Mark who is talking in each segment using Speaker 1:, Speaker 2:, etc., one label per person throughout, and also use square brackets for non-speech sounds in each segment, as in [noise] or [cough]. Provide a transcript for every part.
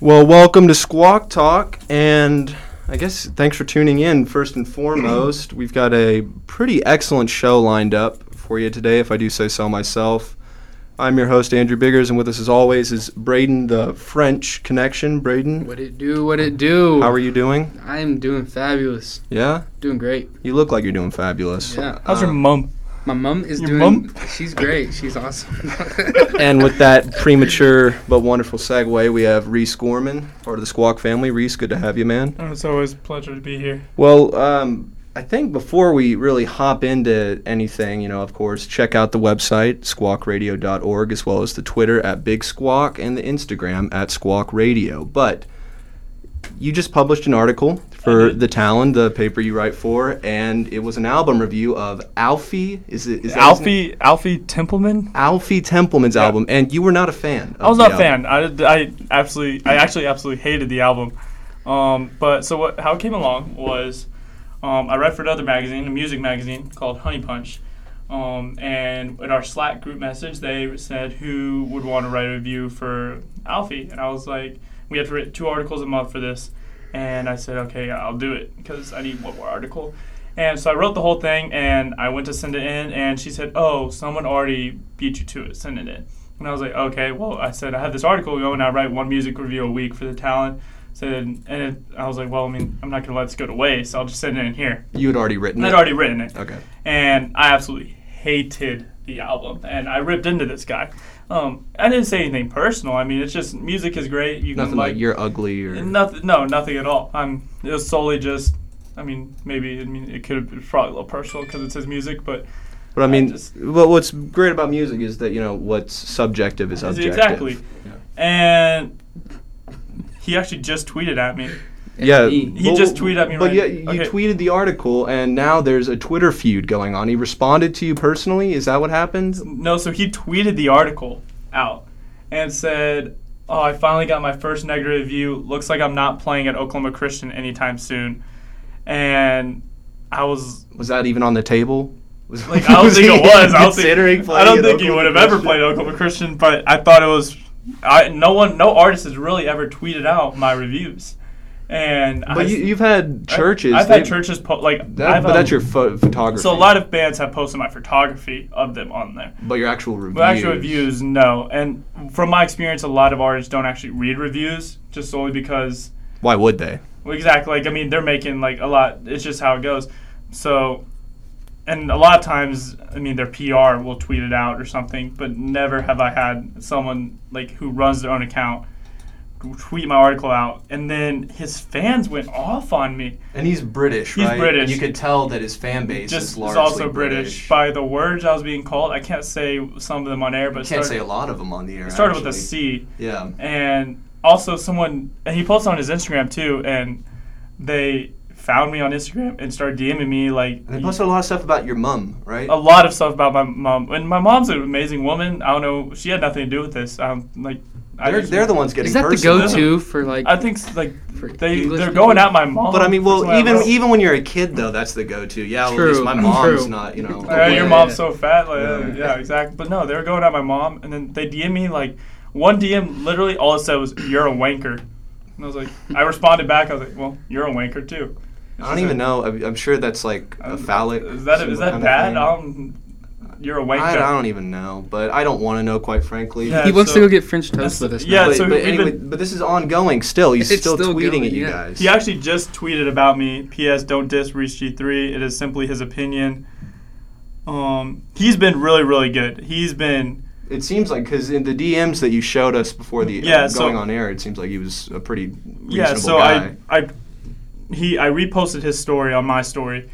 Speaker 1: Well, welcome to Squawk Talk, and I guess thanks for tuning in. First and foremost, [clears throat] we've got a pretty excellent show lined up for you today, if I do say so myself. I'm your host, Andrew Biggers, and with us as always is Braden, the French connection. Braden,
Speaker 2: What it do? What it do?
Speaker 1: how are you doing?
Speaker 2: I'm doing fabulous.
Speaker 1: Yeah?
Speaker 2: Doing great.
Speaker 1: You look like you're doing fabulous.
Speaker 2: Yeah. Uh,
Speaker 3: How's your
Speaker 1: Um,
Speaker 3: mom?
Speaker 2: My mom is
Speaker 3: Your
Speaker 2: doing.
Speaker 3: mum?
Speaker 2: She's great. She's awesome.
Speaker 1: [laughs] and with that premature but wonderful segue, we have Reese Gorman, part of the Squawk family. Reese, good to have you, man.
Speaker 3: Oh, it's always a pleasure to be here.
Speaker 1: Well, um, I think before we really hop into anything, you know, of course, check out the website, squawkradio.org, as well as the Twitter at Big Squawk and the Instagram at Squawk Radio. But you just published an article for The Talon, the paper you write for, and it was an album review of Alfie. Is it is that his name?
Speaker 3: Alfie Alfie Templeman.
Speaker 1: Alfie Templeman's
Speaker 3: Yeah.
Speaker 1: album, and you were not a fan.
Speaker 3: I was not a fan. I, did- I absolutely I actually absolutely hated the album. Um, but so what? How it came along was um, I read for another magazine, a music magazine called Honey Punch. Um, and in our Slack group message, they said who would want to write a review for Alfie, and I was like, we have to write two articles a month for this, and I said, okay, I'll do it because I need one more article. And so I wrote the whole thing, and I went to send it in, and she said, "Oh, someone already beat you to it. Send it in." And I was like, "Okay." Well, I said I have this article going. I write one music review a week for the talent. Said, and it, I was like, "Well, I mean, I'm not gonna let this go to waste. I'll just send it in here."
Speaker 1: You had already written
Speaker 3: And
Speaker 1: it.
Speaker 3: I'd already written it,
Speaker 1: Okay.
Speaker 3: and I absolutely hated the album, and I ripped into this guy. Um, I didn't say anything personal. I mean, it's just music is great. You
Speaker 1: Nothing
Speaker 3: can
Speaker 1: like
Speaker 3: like
Speaker 1: you're ugly or
Speaker 3: Nothing. No, nothing at all. I'm. It was solely just. I mean, maybe. I mean, it could have been probably a little personal because it's his music, but
Speaker 1: But I
Speaker 3: I
Speaker 1: mean,
Speaker 3: just-
Speaker 1: well, what's great about music is that you know what's subjective is objective.
Speaker 3: exactly. And he actually just tweeted at me.
Speaker 1: Yeah,
Speaker 2: He-
Speaker 3: he just tweeted at me
Speaker 1: But
Speaker 3: right-
Speaker 1: yeah, you
Speaker 3: okay.
Speaker 1: tweeted the article, and now there's a Twitter feud going on. He responded to you personally. Is that what happened?
Speaker 3: No, so he tweeted the article out and said, "Oh, I finally got my first negative review. Looks like I'm not playing at Oklahoma Christian anytime soon." And I was
Speaker 1: Was that even on the table? [laughs] Was,
Speaker 3: Like [laughs] I don't think
Speaker 1: he
Speaker 3: it was. I don't
Speaker 1: considering
Speaker 3: think,
Speaker 1: playing
Speaker 3: I don't
Speaker 1: at
Speaker 3: think he
Speaker 1: Oklahoma
Speaker 3: would have ever
Speaker 1: Christian?
Speaker 3: played Oklahoma Christian, but I thought it was. I no one, no artist has really ever tweeted out my reviews, and I,
Speaker 1: But you, you've had
Speaker 3: I-
Speaker 1: churches.
Speaker 3: I've had
Speaker 1: they've-
Speaker 3: churches po- like
Speaker 1: That,
Speaker 3: I've,
Speaker 1: but
Speaker 3: um,
Speaker 1: that's your pho- photography.
Speaker 3: So a lot of bands have posted my photography of them on there.
Speaker 1: But your actual reviews.
Speaker 3: But actual reviews, no. And from my experience, a lot of artists don't actually read reviews, just solely because
Speaker 1: Why would they?
Speaker 3: well, exactly. Like I mean, they're making like a lot. It's just how it goes. So, and a lot of times, I mean, their PR will tweet it out or something. But never have I had someone like who runs their own account tweet my article out, and then his fans went off on me.
Speaker 1: And he's British,
Speaker 3: He's right? British. You could
Speaker 1: tell that his fan base
Speaker 3: Just is also British. by the words I was being called. I can't say some of them on air, but it started,
Speaker 1: lot of them on the air.
Speaker 3: it started with a C.
Speaker 1: Yeah.
Speaker 3: and also someone and he posted on his Instagram too, and they found me on Instagram and started DMing me like
Speaker 1: And they posted a lot of stuff about your mum, right?
Speaker 3: a lot of stuff about my mom. And my mom's an amazing woman. I don't know, she had nothing to do with this. Um, like I
Speaker 1: they're,
Speaker 3: just-
Speaker 1: they're the ones getting
Speaker 2: [laughs] is that the
Speaker 1: personal.
Speaker 2: go-to for like?
Speaker 3: I think s- like
Speaker 2: For
Speaker 3: they
Speaker 2: English
Speaker 3: they're going
Speaker 2: people?
Speaker 3: at my mom.
Speaker 1: But I mean, well,
Speaker 3: for something
Speaker 1: even
Speaker 3: else. [laughs]
Speaker 1: even when you're a kid, though, that's the go-to. Yeah, well, at least
Speaker 2: True,
Speaker 1: my mom's
Speaker 2: true.
Speaker 1: not, you know.
Speaker 3: Like, "Oh,
Speaker 2: Yeah,
Speaker 3: your
Speaker 2: yeah,
Speaker 3: mom's
Speaker 2: yeah.
Speaker 3: so fat. Like, uh,
Speaker 1: Yeah.
Speaker 3: yeah, exactly. But no, they were going at my mom, and then they DM me like one DM. Literally, all it said was "You're a wanker," and I was like, I responded back. I was like, "Well, you're a wanker too."
Speaker 1: I don't even know. I'm, I'm sure that's like a
Speaker 3: Um,
Speaker 1: phallic.
Speaker 3: Is that
Speaker 1: some
Speaker 3: is
Speaker 1: kind
Speaker 3: that
Speaker 1: of
Speaker 3: bad?
Speaker 1: thing.
Speaker 3: Um, you're a wanker.
Speaker 1: I, I don't even know, but I don't want to know, quite frankly.
Speaker 3: Yeah,
Speaker 2: he wants to
Speaker 3: so-
Speaker 2: go get French toast
Speaker 3: that's-
Speaker 2: with us.
Speaker 3: yeah,
Speaker 2: now.
Speaker 1: but,
Speaker 3: so
Speaker 1: but
Speaker 3: we've
Speaker 1: anyway,
Speaker 3: been-
Speaker 1: but this is ongoing still. He's
Speaker 2: It's
Speaker 1: still,
Speaker 2: still
Speaker 1: tweeting
Speaker 2: going,
Speaker 1: at you
Speaker 2: yeah.
Speaker 1: guys.
Speaker 3: He actually just tweeted about me. P.S. Don't diss Reach G3. It is simply his opinion. Um, he's been really, really good. He's been
Speaker 1: It seems like because in the DMs that you showed us before the uh,
Speaker 3: Yeah,
Speaker 1: going
Speaker 3: so-
Speaker 1: on air, it seems like he was a pretty reasonable
Speaker 3: yeah. So
Speaker 1: guy.
Speaker 3: I I he I reposted his story on my story,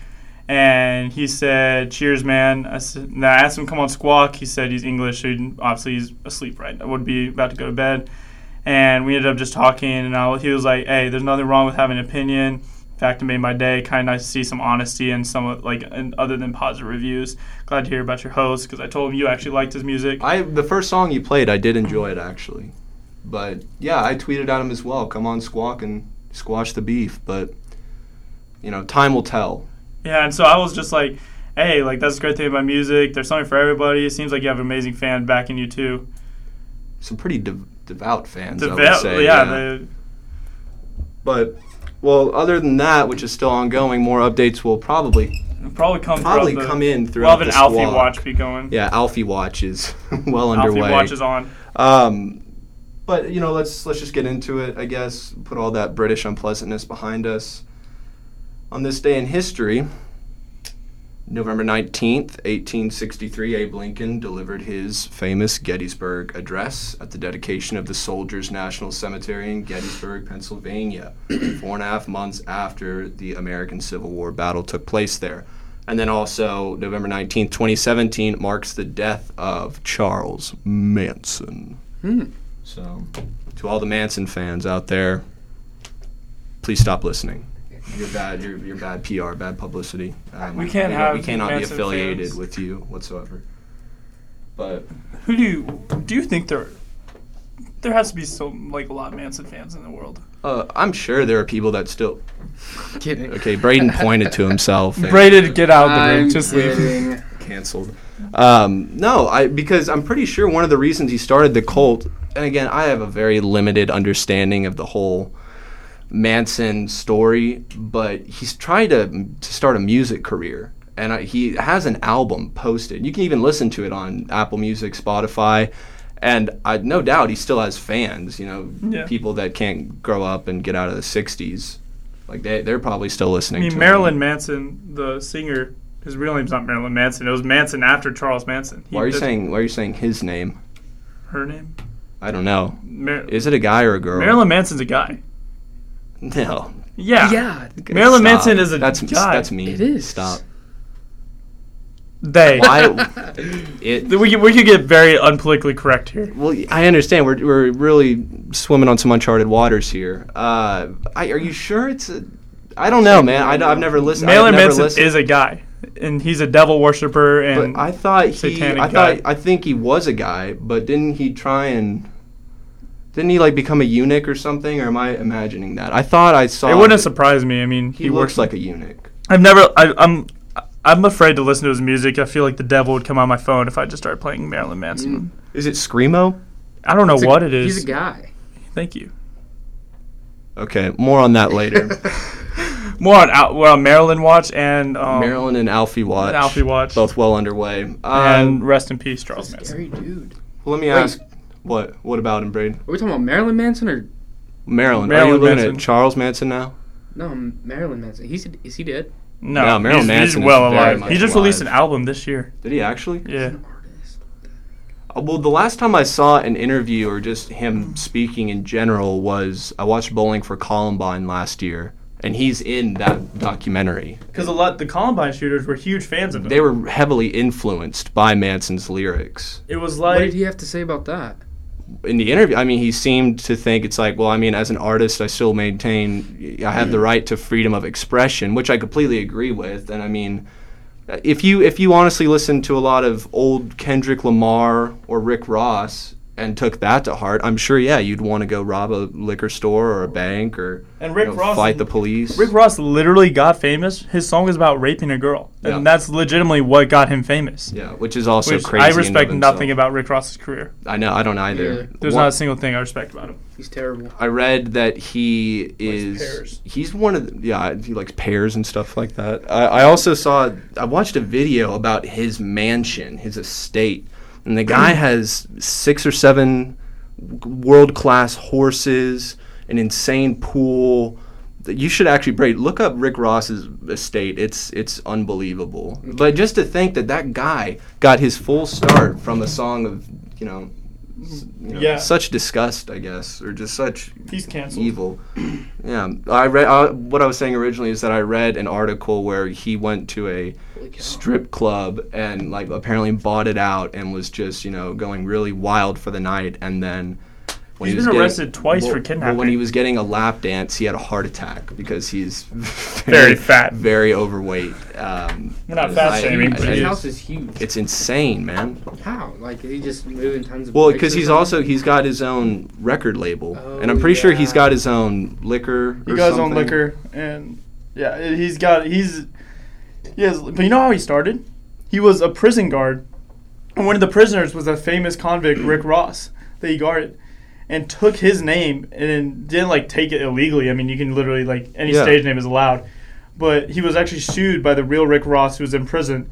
Speaker 3: and he said, "Cheers, man." I, said, and I asked him, to "Come on, squawk." He said he's English, so he, obviously he's asleep right. I would be about to go to bed, and we ended up just talking. And I, he was like, "Hey, there's nothing wrong with having an opinion." In fact, it made my day. Kind of nice to see some honesty and some like and other than positive reviews. Glad to hear about your host because I told him you actually liked his music.
Speaker 1: I the first song you played, I did enjoy it actually, but yeah, I tweeted at him as well. Come on, squawk and squash the beef. But you know, time will tell.
Speaker 3: Yeah, and so I was just like, hey, like that's the great thing about music. There's something for everybody. It seems like you have an amazing fan backing you too.
Speaker 1: Some pretty dev- devout fans, I would
Speaker 3: Devel-
Speaker 1: say.
Speaker 3: yeah, the
Speaker 1: But well, other than that, which is still ongoing, more updates will probably
Speaker 3: It'll probably come
Speaker 1: probably
Speaker 3: throughout the,
Speaker 1: come in
Speaker 3: We'll
Speaker 1: throughout
Speaker 3: have an
Speaker 1: the
Speaker 3: Alfie
Speaker 1: squawk.
Speaker 3: watch be going.
Speaker 1: Yeah, Alfie Watch is [laughs] well
Speaker 3: Alfie
Speaker 1: underway.
Speaker 3: watch is on.
Speaker 1: Um, but you know, let's let's just get into it. I guess put all that British unpleasantness behind us. On this day in history, November nineteenth, eighteen sixty-three, Abe Lincoln delivered his famous Gettysburg Address at the dedication of the Soldiers National Cemetery in Gettysburg, Pennsylvania, four and a half months after the American Civil War battle took place there. And then also, November 19th, 2017 marks the death of Charles Manson.
Speaker 2: Hmm.
Speaker 1: So, to all the Manson fans out there, please stop listening. You're bad. You're, you're bad PR, bad publicity. Um,
Speaker 3: We can't
Speaker 1: you know,
Speaker 3: have
Speaker 1: We cannot be
Speaker 3: Manson
Speaker 1: affiliated
Speaker 3: fans.
Speaker 1: with you whatsoever. But
Speaker 3: Who do you do you think there? There has to be some like a lot of Manson fans in the world.
Speaker 1: uh, I'm sure there are people that still.
Speaker 2: Kidding.
Speaker 1: Okay, Braden pointed to
Speaker 3: [laughs]
Speaker 1: himself. and-
Speaker 3: Braided, get out of the
Speaker 2: I'm
Speaker 3: room. Just
Speaker 1: [laughs]
Speaker 3: leave.
Speaker 2: kidding.
Speaker 1: canceled. Um, no, I because I'm pretty sure one of the reasons he started the cult, and again, I have a very limited understanding of the whole Manson story, but he's tried to, to start a music career. And I, he has an album posted. You can even listen to it on Apple Music, Spotify, and I no doubt he still has fans. You know,
Speaker 3: Yeah.
Speaker 1: people that can't grow up and get out of the '60s, like they they're probably still
Speaker 3: I
Speaker 1: listening. to
Speaker 3: mean,
Speaker 1: him.
Speaker 3: Marilyn Manson, the singer, his real name's not Marilyn Manson. It was Manson after Charles Manson. He-
Speaker 1: Why are you
Speaker 3: that's
Speaker 1: saying? Why are you saying his name?
Speaker 3: her name?
Speaker 1: I don't know.
Speaker 3: Mar-
Speaker 1: Is it a guy or a girl?
Speaker 3: Marilyn Manson's a guy.
Speaker 1: [laughs] No.
Speaker 3: Yeah.
Speaker 2: Yeah.
Speaker 3: Marilyn
Speaker 1: Stop.
Speaker 3: Manson is a
Speaker 1: that's,
Speaker 3: guy.
Speaker 1: That's me.
Speaker 2: It is.
Speaker 1: Stop.
Speaker 3: They. [laughs]
Speaker 1: Why? It.
Speaker 3: We could, we could get very unpolitically correct here.
Speaker 1: Well, I understand. We're, we're really swimming on some uncharted waters here. Uh, I, are you sure it's a? I don't know, man. I, have never listened. I've
Speaker 3: Marilyn
Speaker 1: never
Speaker 3: Manson
Speaker 1: listened,
Speaker 3: is a guy, and he's a devil worshiper. And
Speaker 1: But I thought he.
Speaker 3: satanic
Speaker 1: I thought.
Speaker 3: guy.
Speaker 1: I think he was a guy, but didn't he try and? Didn't he like become a eunuch or something? Or am I imagining that? I thought I saw.
Speaker 3: it wouldn't
Speaker 1: that
Speaker 3: surprise me. I mean,
Speaker 1: He,
Speaker 3: he,
Speaker 1: looks
Speaker 3: works.
Speaker 1: like a eunuch.
Speaker 3: I've never. I, I'm. I'm afraid to listen to his music. I feel like the devil would come on my phone if I just started playing Marilyn Manson.
Speaker 1: Is it screamo?
Speaker 3: I don't know
Speaker 2: He's a-
Speaker 3: what it is.
Speaker 2: He's a guy.
Speaker 3: Thank you.
Speaker 1: Okay, more on that
Speaker 3: [laughs]
Speaker 1: later.
Speaker 3: More on out. We're on Marilyn Watch and um,
Speaker 1: Marilyn and Alfie Watch.
Speaker 3: and Alfie Watch.
Speaker 1: Both well underway. Um,
Speaker 3: and rest in peace, Charles
Speaker 2: Scary
Speaker 3: Manson.
Speaker 2: dude.
Speaker 1: let me ask, what what about him, Braden?
Speaker 2: Are we talking about Marilyn Manson or
Speaker 1: Marilyn. Are you
Speaker 3: Marilyn
Speaker 1: looking
Speaker 3: Manson.
Speaker 1: at Charles Manson now?
Speaker 2: no Marilyn Manson? He's is he dead?
Speaker 3: No,
Speaker 1: No, Marilyn
Speaker 3: he's,
Speaker 1: Manson
Speaker 3: he's
Speaker 1: is
Speaker 3: well
Speaker 1: very
Speaker 3: alive.
Speaker 1: much
Speaker 3: He just released an
Speaker 1: alive.
Speaker 3: album this year.
Speaker 1: Did he actually?
Speaker 3: Yeah.
Speaker 2: An artist.
Speaker 1: Uh, Well, the last time I saw an interview or just him speaking in general was I watched Bowling for Columbine last year, and he's in that documentary.
Speaker 3: Because a lot the Columbine shooters were huge fans of him.
Speaker 1: They were heavily influenced by Manson's lyrics.
Speaker 3: it was
Speaker 2: What
Speaker 3: like
Speaker 2: did he have to say about that?
Speaker 1: in the interview, I mean, he seemed to think it's like, well, I mean, as an artist, I still maintain, I have the
Speaker 3: Mm.
Speaker 1: right to freedom of expression, which I completely agree with. And I mean, if you if you honestly listen to a lot of old Kendrick Lamar or Rick Ross and took that to heart, I'm sure, yeah, you'd want to go rob a liquor store or a bank or
Speaker 3: And Rick
Speaker 1: you know,
Speaker 3: Ross-
Speaker 1: fight the police.
Speaker 3: Rick Ross literally got famous. His song is about raping a girl, and
Speaker 1: Yeah.
Speaker 3: that's legitimately what got him famous.
Speaker 1: yeah, which is also
Speaker 3: Which
Speaker 1: crazy.
Speaker 3: I
Speaker 1: in and
Speaker 3: respect
Speaker 1: of
Speaker 3: nothing
Speaker 1: itself.
Speaker 3: about Rick Ross's career.
Speaker 1: I know I don't either.
Speaker 2: Neither.
Speaker 3: There's
Speaker 1: One-
Speaker 3: not a single thing I respect about him.
Speaker 2: He's terrible.
Speaker 1: I read that he is
Speaker 3: pears.
Speaker 1: he's one of the, yeah he likes pears and stuff like that. I, I also saw I watched a video about his mansion, his estate, and the
Speaker 3: [clears throat]
Speaker 1: guy has six or seven world class horses, an insane pool. That You should actually Brady, look up Rick Ross's estate. It's it's unbelievable.
Speaker 3: Mm-hmm.
Speaker 1: But just to think that that guy got his full start from a song of you know, s- you know
Speaker 3: Mm-hmm. Yeah.
Speaker 1: such disgust, I guess, or just such
Speaker 3: He's canceled.
Speaker 1: evil. Yeah, I read uh, what I was saying originally is that I read an article where he went to a
Speaker 2: Holy cow.
Speaker 1: strip club and like apparently bought it out and was just you know going really wild for the night and then. When
Speaker 3: He's been arrested twice for
Speaker 1: Well, when he
Speaker 3: kidnapping.
Speaker 1: was getting a lap dance, he had a heart attack because he's [laughs]
Speaker 3: Very fat.
Speaker 1: very overweight. Um,
Speaker 3: We're not
Speaker 1: I-
Speaker 3: fat
Speaker 1: I-
Speaker 3: shaming,
Speaker 1: I-
Speaker 3: but
Speaker 2: His
Speaker 3: he
Speaker 2: house is huge.
Speaker 1: It's insane, man.
Speaker 2: How? Like he just moving tons of.
Speaker 1: Well,
Speaker 2: bricks
Speaker 1: because
Speaker 2: or
Speaker 1: he's
Speaker 2: something?
Speaker 1: also he's got his own record label, and I'm
Speaker 2: Oh,
Speaker 1: pretty sure he's
Speaker 2: yeah.
Speaker 1: got his own liquor.
Speaker 3: He
Speaker 1: or
Speaker 3: got his own
Speaker 1: something.
Speaker 3: liquor, and yeah, it- he's got he's he has. But you know how he started? He was a
Speaker 1: [clears throat]
Speaker 3: prison guard, and one of the prisoners was a famous convict, Rick Ross, that he guarded. and took his name and then didn't like take it illegally. I mean, you can literally like any
Speaker 1: Yeah.
Speaker 3: stage name is allowed, but he was actually sued by the real Rick Ross, who was in prison,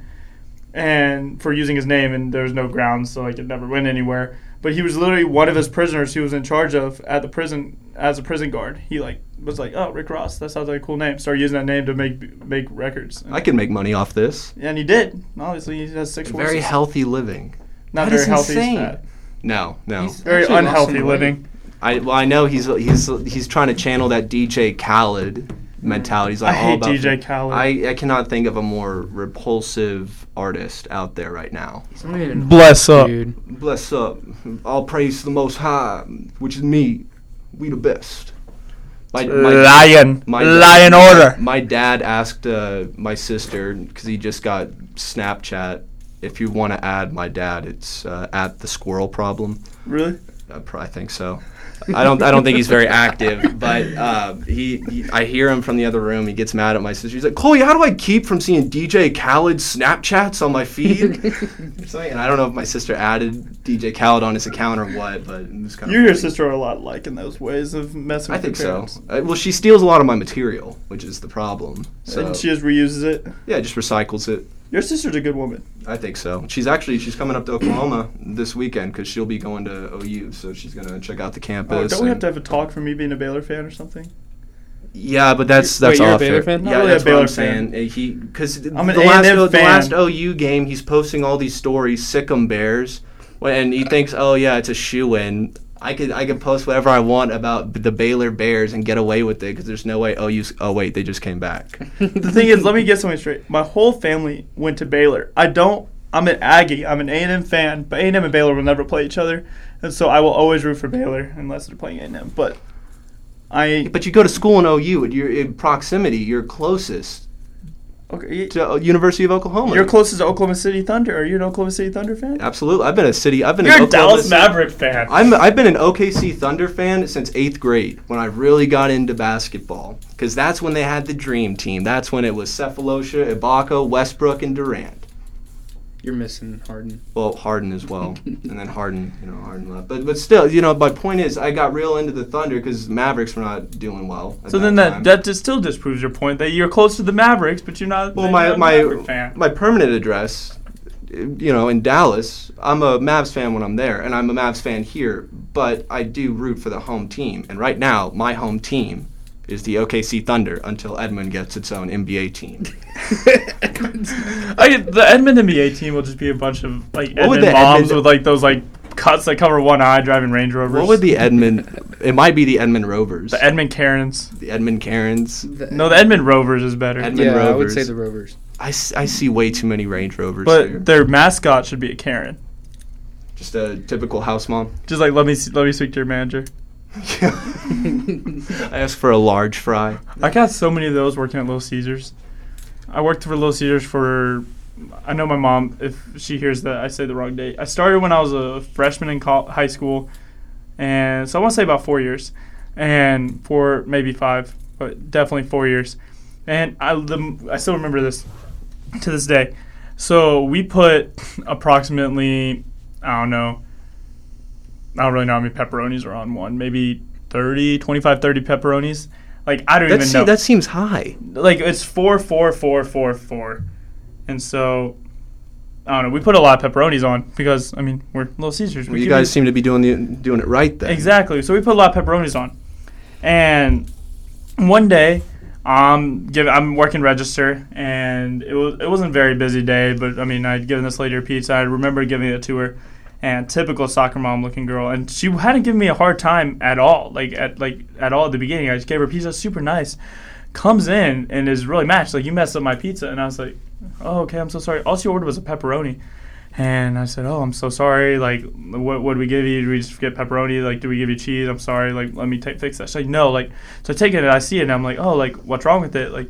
Speaker 3: and for using his name, and there was no grounds, so like it never went anywhere. But he was literally one of his prisoners he was in charge of at the prison as a prison guard. He like was like, oh, Rick Ross, that sounds like a cool name. Started using that name to make make records. And,
Speaker 1: I can make money off this.
Speaker 3: and he did. Obviously, he has six
Speaker 1: Very
Speaker 3: horses.
Speaker 1: healthy living.
Speaker 3: Not
Speaker 1: That
Speaker 3: very
Speaker 1: is
Speaker 3: healthy. he's
Speaker 1: insane.
Speaker 3: fat.
Speaker 1: No, no.
Speaker 2: He's-
Speaker 3: Very
Speaker 2: Actually lost
Speaker 3: unhealthy
Speaker 2: some weight.
Speaker 3: living.
Speaker 1: I well, I know he's he's he's trying to channel that DJ Khaled mentality. He's like
Speaker 3: I
Speaker 1: all
Speaker 3: hate
Speaker 1: about
Speaker 3: DJ Khaled.
Speaker 1: I, I cannot think of a more repulsive artist out there right now.
Speaker 2: He's only in
Speaker 3: Bless up.
Speaker 2: Dude.
Speaker 1: Bless up, all praise to the Most High, which is me. We the best. My,
Speaker 3: Lion. Lion order.
Speaker 1: My dad asked uh, my sister because he just got Snapchat. If you want to add my dad, it's uh, at the squirrel problem.
Speaker 3: Really?
Speaker 1: I pr- I think so. I don't. I don't think he's very active, but uh, he, he. I hear him from the other room. He gets mad at my sister. He's like, "Chloe, how do I keep from seeing DJ Khaled Snapchats on my feed?" Or something. and I don't know if my sister added DJ Khaled on his account or what, but it was kind
Speaker 3: You and
Speaker 1: of.
Speaker 3: your sister are a lot alike in those ways of messing
Speaker 1: I
Speaker 3: with
Speaker 1: think
Speaker 3: your
Speaker 1: so.
Speaker 3: parents.
Speaker 1: Uh, well, she steals a lot of my material, which is the problem. So
Speaker 3: And she just reuses it.
Speaker 1: yeah, just recycles it.
Speaker 3: Your sister's a good woman.
Speaker 1: I think so. She's actually she's coming up to Oklahoma this weekend because she'll be going to OU, so she's gonna check out the campus.
Speaker 3: Oh, don't we have
Speaker 1: and-
Speaker 3: to have a talk for me being a Baylor fan or something?
Speaker 1: Yeah, but that's
Speaker 2: Wait,
Speaker 1: that's
Speaker 2: you're a
Speaker 1: off
Speaker 2: Baylor
Speaker 1: air.
Speaker 2: fan? Not
Speaker 1: Yeah,
Speaker 3: really a
Speaker 1: that's what
Speaker 3: Baylor
Speaker 1: I'm saying. Uh, He because the
Speaker 3: I'm an
Speaker 1: last
Speaker 3: A&M
Speaker 1: the
Speaker 3: fan.
Speaker 1: last OU game, he's posting all these stories, Sikkim Bears, wh- and he thinks, oh yeah, it's a shoe in. I could I could post whatever I want about b- the Baylor Bears and get away with it because there's no way OU's. Oh wait, they just came back.
Speaker 3: The thing is, let me get something straight. My whole family went to Baylor. I don't. I'm an Aggie. I'm an A&M fan, but A&M and Baylor will never play each other, and so I will always root for Baylor unless they're playing A&M. But I
Speaker 1: but you go to school in OU, and you're in proximity. You're closest
Speaker 3: okay.
Speaker 1: to uh, University of Oklahoma.
Speaker 3: You're closest to Oklahoma City Thunder. Are you an Oklahoma City Thunder fan?
Speaker 1: Absolutely, I've been a city. I've been
Speaker 3: You're
Speaker 1: in
Speaker 3: a
Speaker 1: Oklahoma
Speaker 3: Dallas
Speaker 1: City-
Speaker 3: Maverick fan.
Speaker 1: I'm, I've been an OKC Thunder fan since eighth grade when I really got into basketball because that's when they had the dream team. That's when it was Cephalosha, Ibaka, Westbrook, and Durant.
Speaker 2: You're missing Harden.
Speaker 1: [laughs] Well, Harden as
Speaker 3: [laughs]
Speaker 1: well, and then Harden, you know, Harden left. But but still, you know, my point is, I got real into the Thunder because Mavericks were not doing well. at
Speaker 3: So then that,
Speaker 1: time.
Speaker 3: that just still disproves your point that you're close to the Mavericks, but you're not,
Speaker 1: well,
Speaker 3: you're
Speaker 1: my
Speaker 3: not a Maverick
Speaker 1: my
Speaker 3: fan.
Speaker 1: my permanent address, you know, in Dallas, I'm a Mavs fan when I'm there, and I'm a Mavs fan here. But I do root for the home team, and right now, my home team is the OKC Thunder until Edmund gets its own NBA
Speaker 3: [laughs]
Speaker 1: team.
Speaker 3: I get- the Edmund NBA team will just be a bunch of like
Speaker 1: What would
Speaker 3: Edmund
Speaker 1: the
Speaker 3: moms
Speaker 1: Edmund-
Speaker 3: with like those like cuts that cover one eye driving Range Rovers.
Speaker 1: what would the Edmund? It might be the Edmund Rovers,
Speaker 3: the Edmund Karens?
Speaker 1: the Edmund Karens.
Speaker 2: The-
Speaker 3: No, the Edmund Rovers is better.
Speaker 1: Edmund-
Speaker 2: yeah, I would
Speaker 1: Rovers.
Speaker 2: say
Speaker 1: [laughs]
Speaker 2: the Rovers.
Speaker 1: I, s- I see way too many Range Rovers. here.
Speaker 3: but their mascot should be a Karen.
Speaker 1: just a typical house mom. [laughs]
Speaker 3: Just like let me s- let me speak to your manager.
Speaker 1: I asked for a large fry.
Speaker 3: I got so many of those working at Little Caesars. I worked for Little Caesars for. I know my mom. If she hears that, I say the wrong date. I started when I was a freshman in col- high school, and so I want to say about four years, and four maybe five, but definitely four years. And I the, I still remember this to this day. So we put approximately I don't know. I don't really know how many pepperonis are on one. Maybe 30, 25, 30 pepperonis. Like I don't
Speaker 1: That,
Speaker 3: even
Speaker 1: se-
Speaker 3: know
Speaker 1: that seems high.
Speaker 3: like it's four four four four four, and so I don't know. We put a lot of pepperonis on because I mean we're Little Caesars.
Speaker 1: Well,
Speaker 3: We
Speaker 1: you
Speaker 3: give
Speaker 1: guys seem to be doing the doing it right then.
Speaker 3: exactly. So we put a lot of pepperonis on, and one day I'm give I'm working register, and it was it wasn't a very busy day, but I mean I'd given this lady her pizza. I remember giving it to her. And typical soccer mom looking girl, and she hadn't given me a hard time at all, like at like at all at the beginning. I just gave her pizza, super nice, comes in and is really mad. She's like, "You messed up my pizza," and I was like, "Oh, okay, I'm so sorry." All she ordered was a pepperoni, and I said, "Oh, I'm so sorry. Like, what what did we give you? Did we just get pepperoni? Like, did we give you cheese? I'm sorry. Like, let me ta- fix that." She's like, "No." Like, so I take it and I see it and I'm like, "Oh, like what's wrong with it?" Like,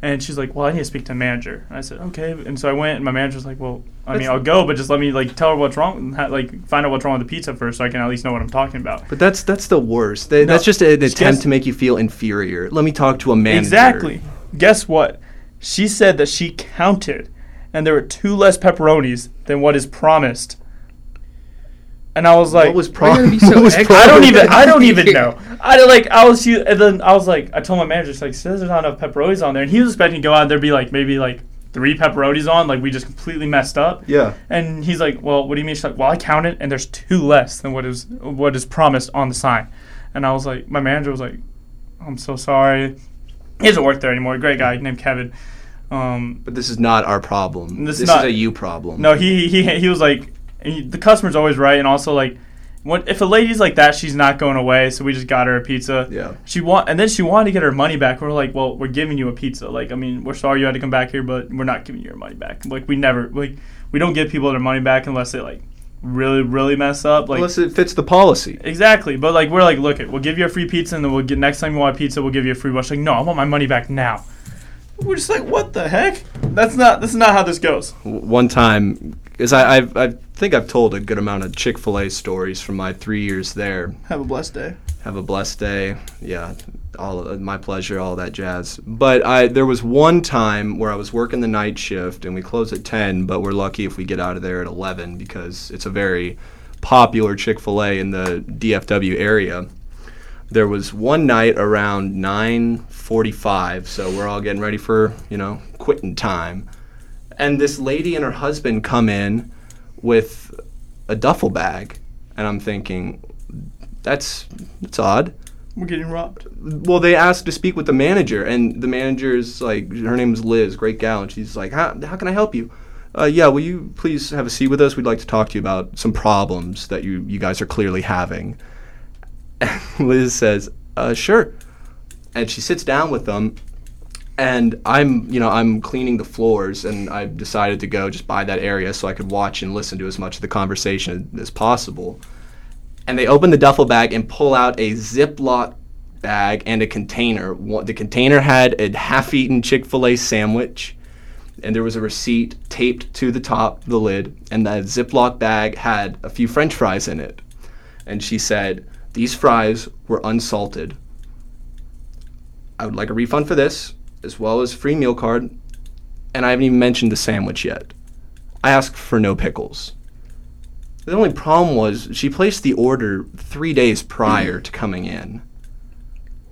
Speaker 3: and she's like, "Well, I need to speak to the manager." And I said, "Okay." And so I went and my manager's like, "Well, I mean,
Speaker 2: That's-
Speaker 3: I'll go, but just let me like tell her what's wrong, and ha- like find out what's wrong with the pizza first, so I can at least know what I'm talking about."
Speaker 1: But that's that's the worst. They,
Speaker 3: No,
Speaker 1: that's just an
Speaker 3: it's
Speaker 1: attempt
Speaker 3: just-
Speaker 1: to make you feel inferior. Let me talk to a man.
Speaker 3: Exactly. Guess what? She said that she counted, and there were two less pepperonis than what is promised and I was like,
Speaker 1: what was
Speaker 2: Why you gotta
Speaker 1: prom? [laughs]
Speaker 2: be so
Speaker 1: what was
Speaker 2: extra?
Speaker 1: prom?
Speaker 3: I don't even. I
Speaker 1: [laughs]
Speaker 3: don't even know. I don't, like. I was. he- And then I was like. I told my manager, it's like, says there's not enough pepperonis on there, and he was expecting to go out there be like maybe like three pepperonis on, like we just completely messed up.
Speaker 1: Yeah.
Speaker 3: And he's like, well, what do you mean? She's like, well, I counted, and there's two less than what is what is promised on the sign. And I was like, my manager was like, I'm so sorry. He doesn't work there anymore. Great guy named Kevin. Um,
Speaker 1: But this is not our problem.
Speaker 3: This
Speaker 1: This,
Speaker 3: is not-
Speaker 1: is a you problem.
Speaker 3: no, he he he was like, he, the customer's always right, and also like, what if a lady's like that, she's not going away. So we just got her a pizza.
Speaker 1: Yeah.
Speaker 3: She want and then she wanted to get her money back. We're like, well, we're giving you a pizza. Like, I mean, we're sorry you had to come back here, but we're not giving you your money back. Like, we never like we don't give people their money back unless they like really really mess up. Like,
Speaker 1: Unless it fits the policy.
Speaker 3: exactly. But like we're like, look, it we'll give you a free pizza, and then we'll get next time you want a pizza, we'll give you a free one. She's like, no, I want my money back now. We're just like, what the heck? That's not that's not how this goes.
Speaker 1: W- One time, because I, I've, I think I've told a good amount of Chick fil A stories from my three years there.
Speaker 2: Have a blessed day.
Speaker 1: Have a blessed day. Yeah, all of, my pleasure, all that jazz. But I there was one time where I was working the night shift and we close at 10, but we're lucky if we get out of there at 11 because it's a very popular Chick-fil-A in the DFW area. There was one night around 9:45, so we're all getting ready for, you know, quitting time. And this lady and her husband come in with a duffel bag, and I'm thinking that's that's odd.
Speaker 3: We're getting robbed.
Speaker 1: Well, they asked to speak with the manager, and the manager is like, her name's Liz, great gal, and she's like, how, how can I help you? Uh, yeah, will you please have a seat with us? We'd like to talk to you about some problems that you, you guys are clearly having. [laughs] Liz says, uh, sure. And she sits down with them, and I'm, you know, I'm cleaning the floors, and I decided to go just by that area so I could watch and listen to as much of the conversation as possible and they open the duffel bag and pull out a Ziploc bag and a container. One- The container had a half-eaten Chick-fil-A sandwich, and there was a receipt taped to the top, the lid, and the Ziploc bag had a few French fries in it. And she said, "These fries were unsalted. I would like a refund for this, as well as free meal card, and I haven't even mentioned the sandwich yet. I asked for no pickles." The only problem was she placed the order three days prior to coming in.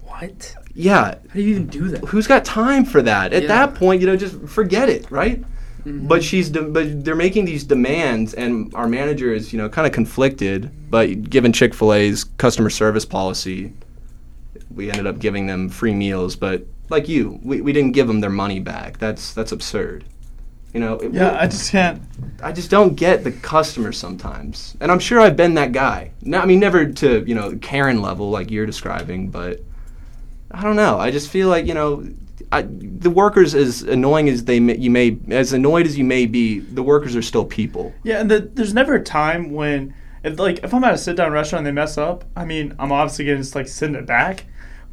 Speaker 2: What?
Speaker 1: Yeah,
Speaker 2: How do you even do that?
Speaker 1: who's got time for that? At
Speaker 2: Yeah.
Speaker 1: that point, you know, just forget it, right? But she's, de- but they're making these demands, and our manager is, you know, kind of conflicted. But given Chick Fil A's customer service policy, we ended up giving them free meals. But like you, we, we didn't give them their money back. That's that's absurd. You know, it-
Speaker 3: Yeah, I just can't.
Speaker 1: I just don't get the customer sometimes, and I'm sure I've been that guy. No, I mean, never to you know Karen level like you're describing, but I don't know. I just feel like you know, I, the workers as annoying as they may, you may as annoyed as you may be, the workers are still people.
Speaker 3: Yeah, and the, there's never a time when, if, like, if I'm at a sit down restaurant and they mess up, I mean, I'm obviously gonna just like send it back,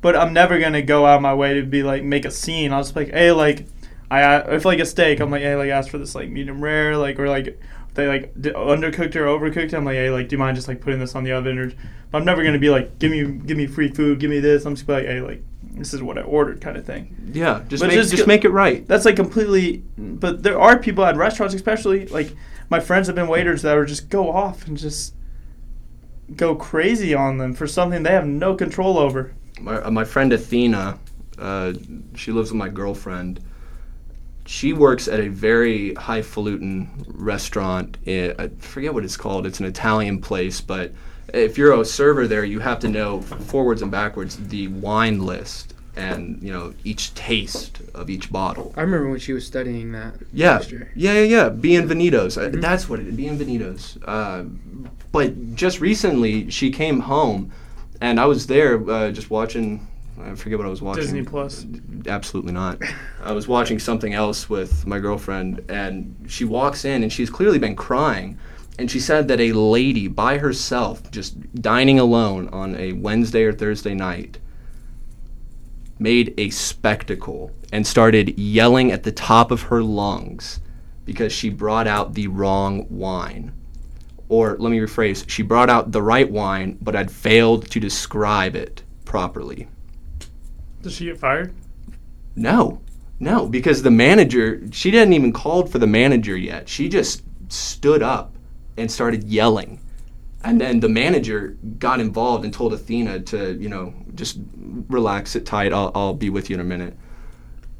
Speaker 3: but I'm never gonna go out of my way to be like make a scene. I'll just be like, hey, like, I a- if like a steak, I'm like, hey, like, ask for this like medium rare, like, or like if they like d- undercooked or overcooked. it, I'm like, hey, like, do you mind just like putting this on the oven? Or, but I'm never gonna be like, give me give me free food, give me this. I'm just gonna be like, hey, like, this is what I ordered, kind of thing.
Speaker 1: Yeah, just
Speaker 3: But
Speaker 1: make,
Speaker 3: just
Speaker 1: just,
Speaker 3: go-
Speaker 1: make it right.
Speaker 3: that's like completely but there are people at restaurants especially like my friends have been waiters that would just go off and just go crazy on them for something they have no control over
Speaker 1: my, uh, my friend Athena, uh, she lives with my girlfriend. She works at a very highfalutin restaurant. i I forget what it's called. It's an Italian place, but if you're a server there, you have to know forwards and backwards the wine list and you know each taste of each bottle.
Speaker 2: I remember when she was studying that.
Speaker 1: Yeah,
Speaker 2: last year.
Speaker 1: yeah, yeah, yeah. Bienvenidos.
Speaker 3: Mm-hmm.
Speaker 1: Uh, That's what it. Bienvenidos. Uh, but just recently, she came home, and I was there uh, just watching. I forget what I was watching.
Speaker 3: disney plus
Speaker 1: Absolutely not. I was watching something else with my girlfriend, and she walks in, and she's clearly been crying. And she said that a lady by herself, just dining alone on a Wednesday or Thursday night, made a spectacle and started yelling at the top of her lungs because she brought out the wrong wine. Or let me rephrase, she brought out the right wine, but had failed to describe it properly.
Speaker 3: does she get fired
Speaker 1: No, no, because the manager, she didn't even called for the manager yet. She just stood up and started yelling. And then the manager got involved and told Athena to, you know, just relax it tight. I'll, I'll be with you in a minute.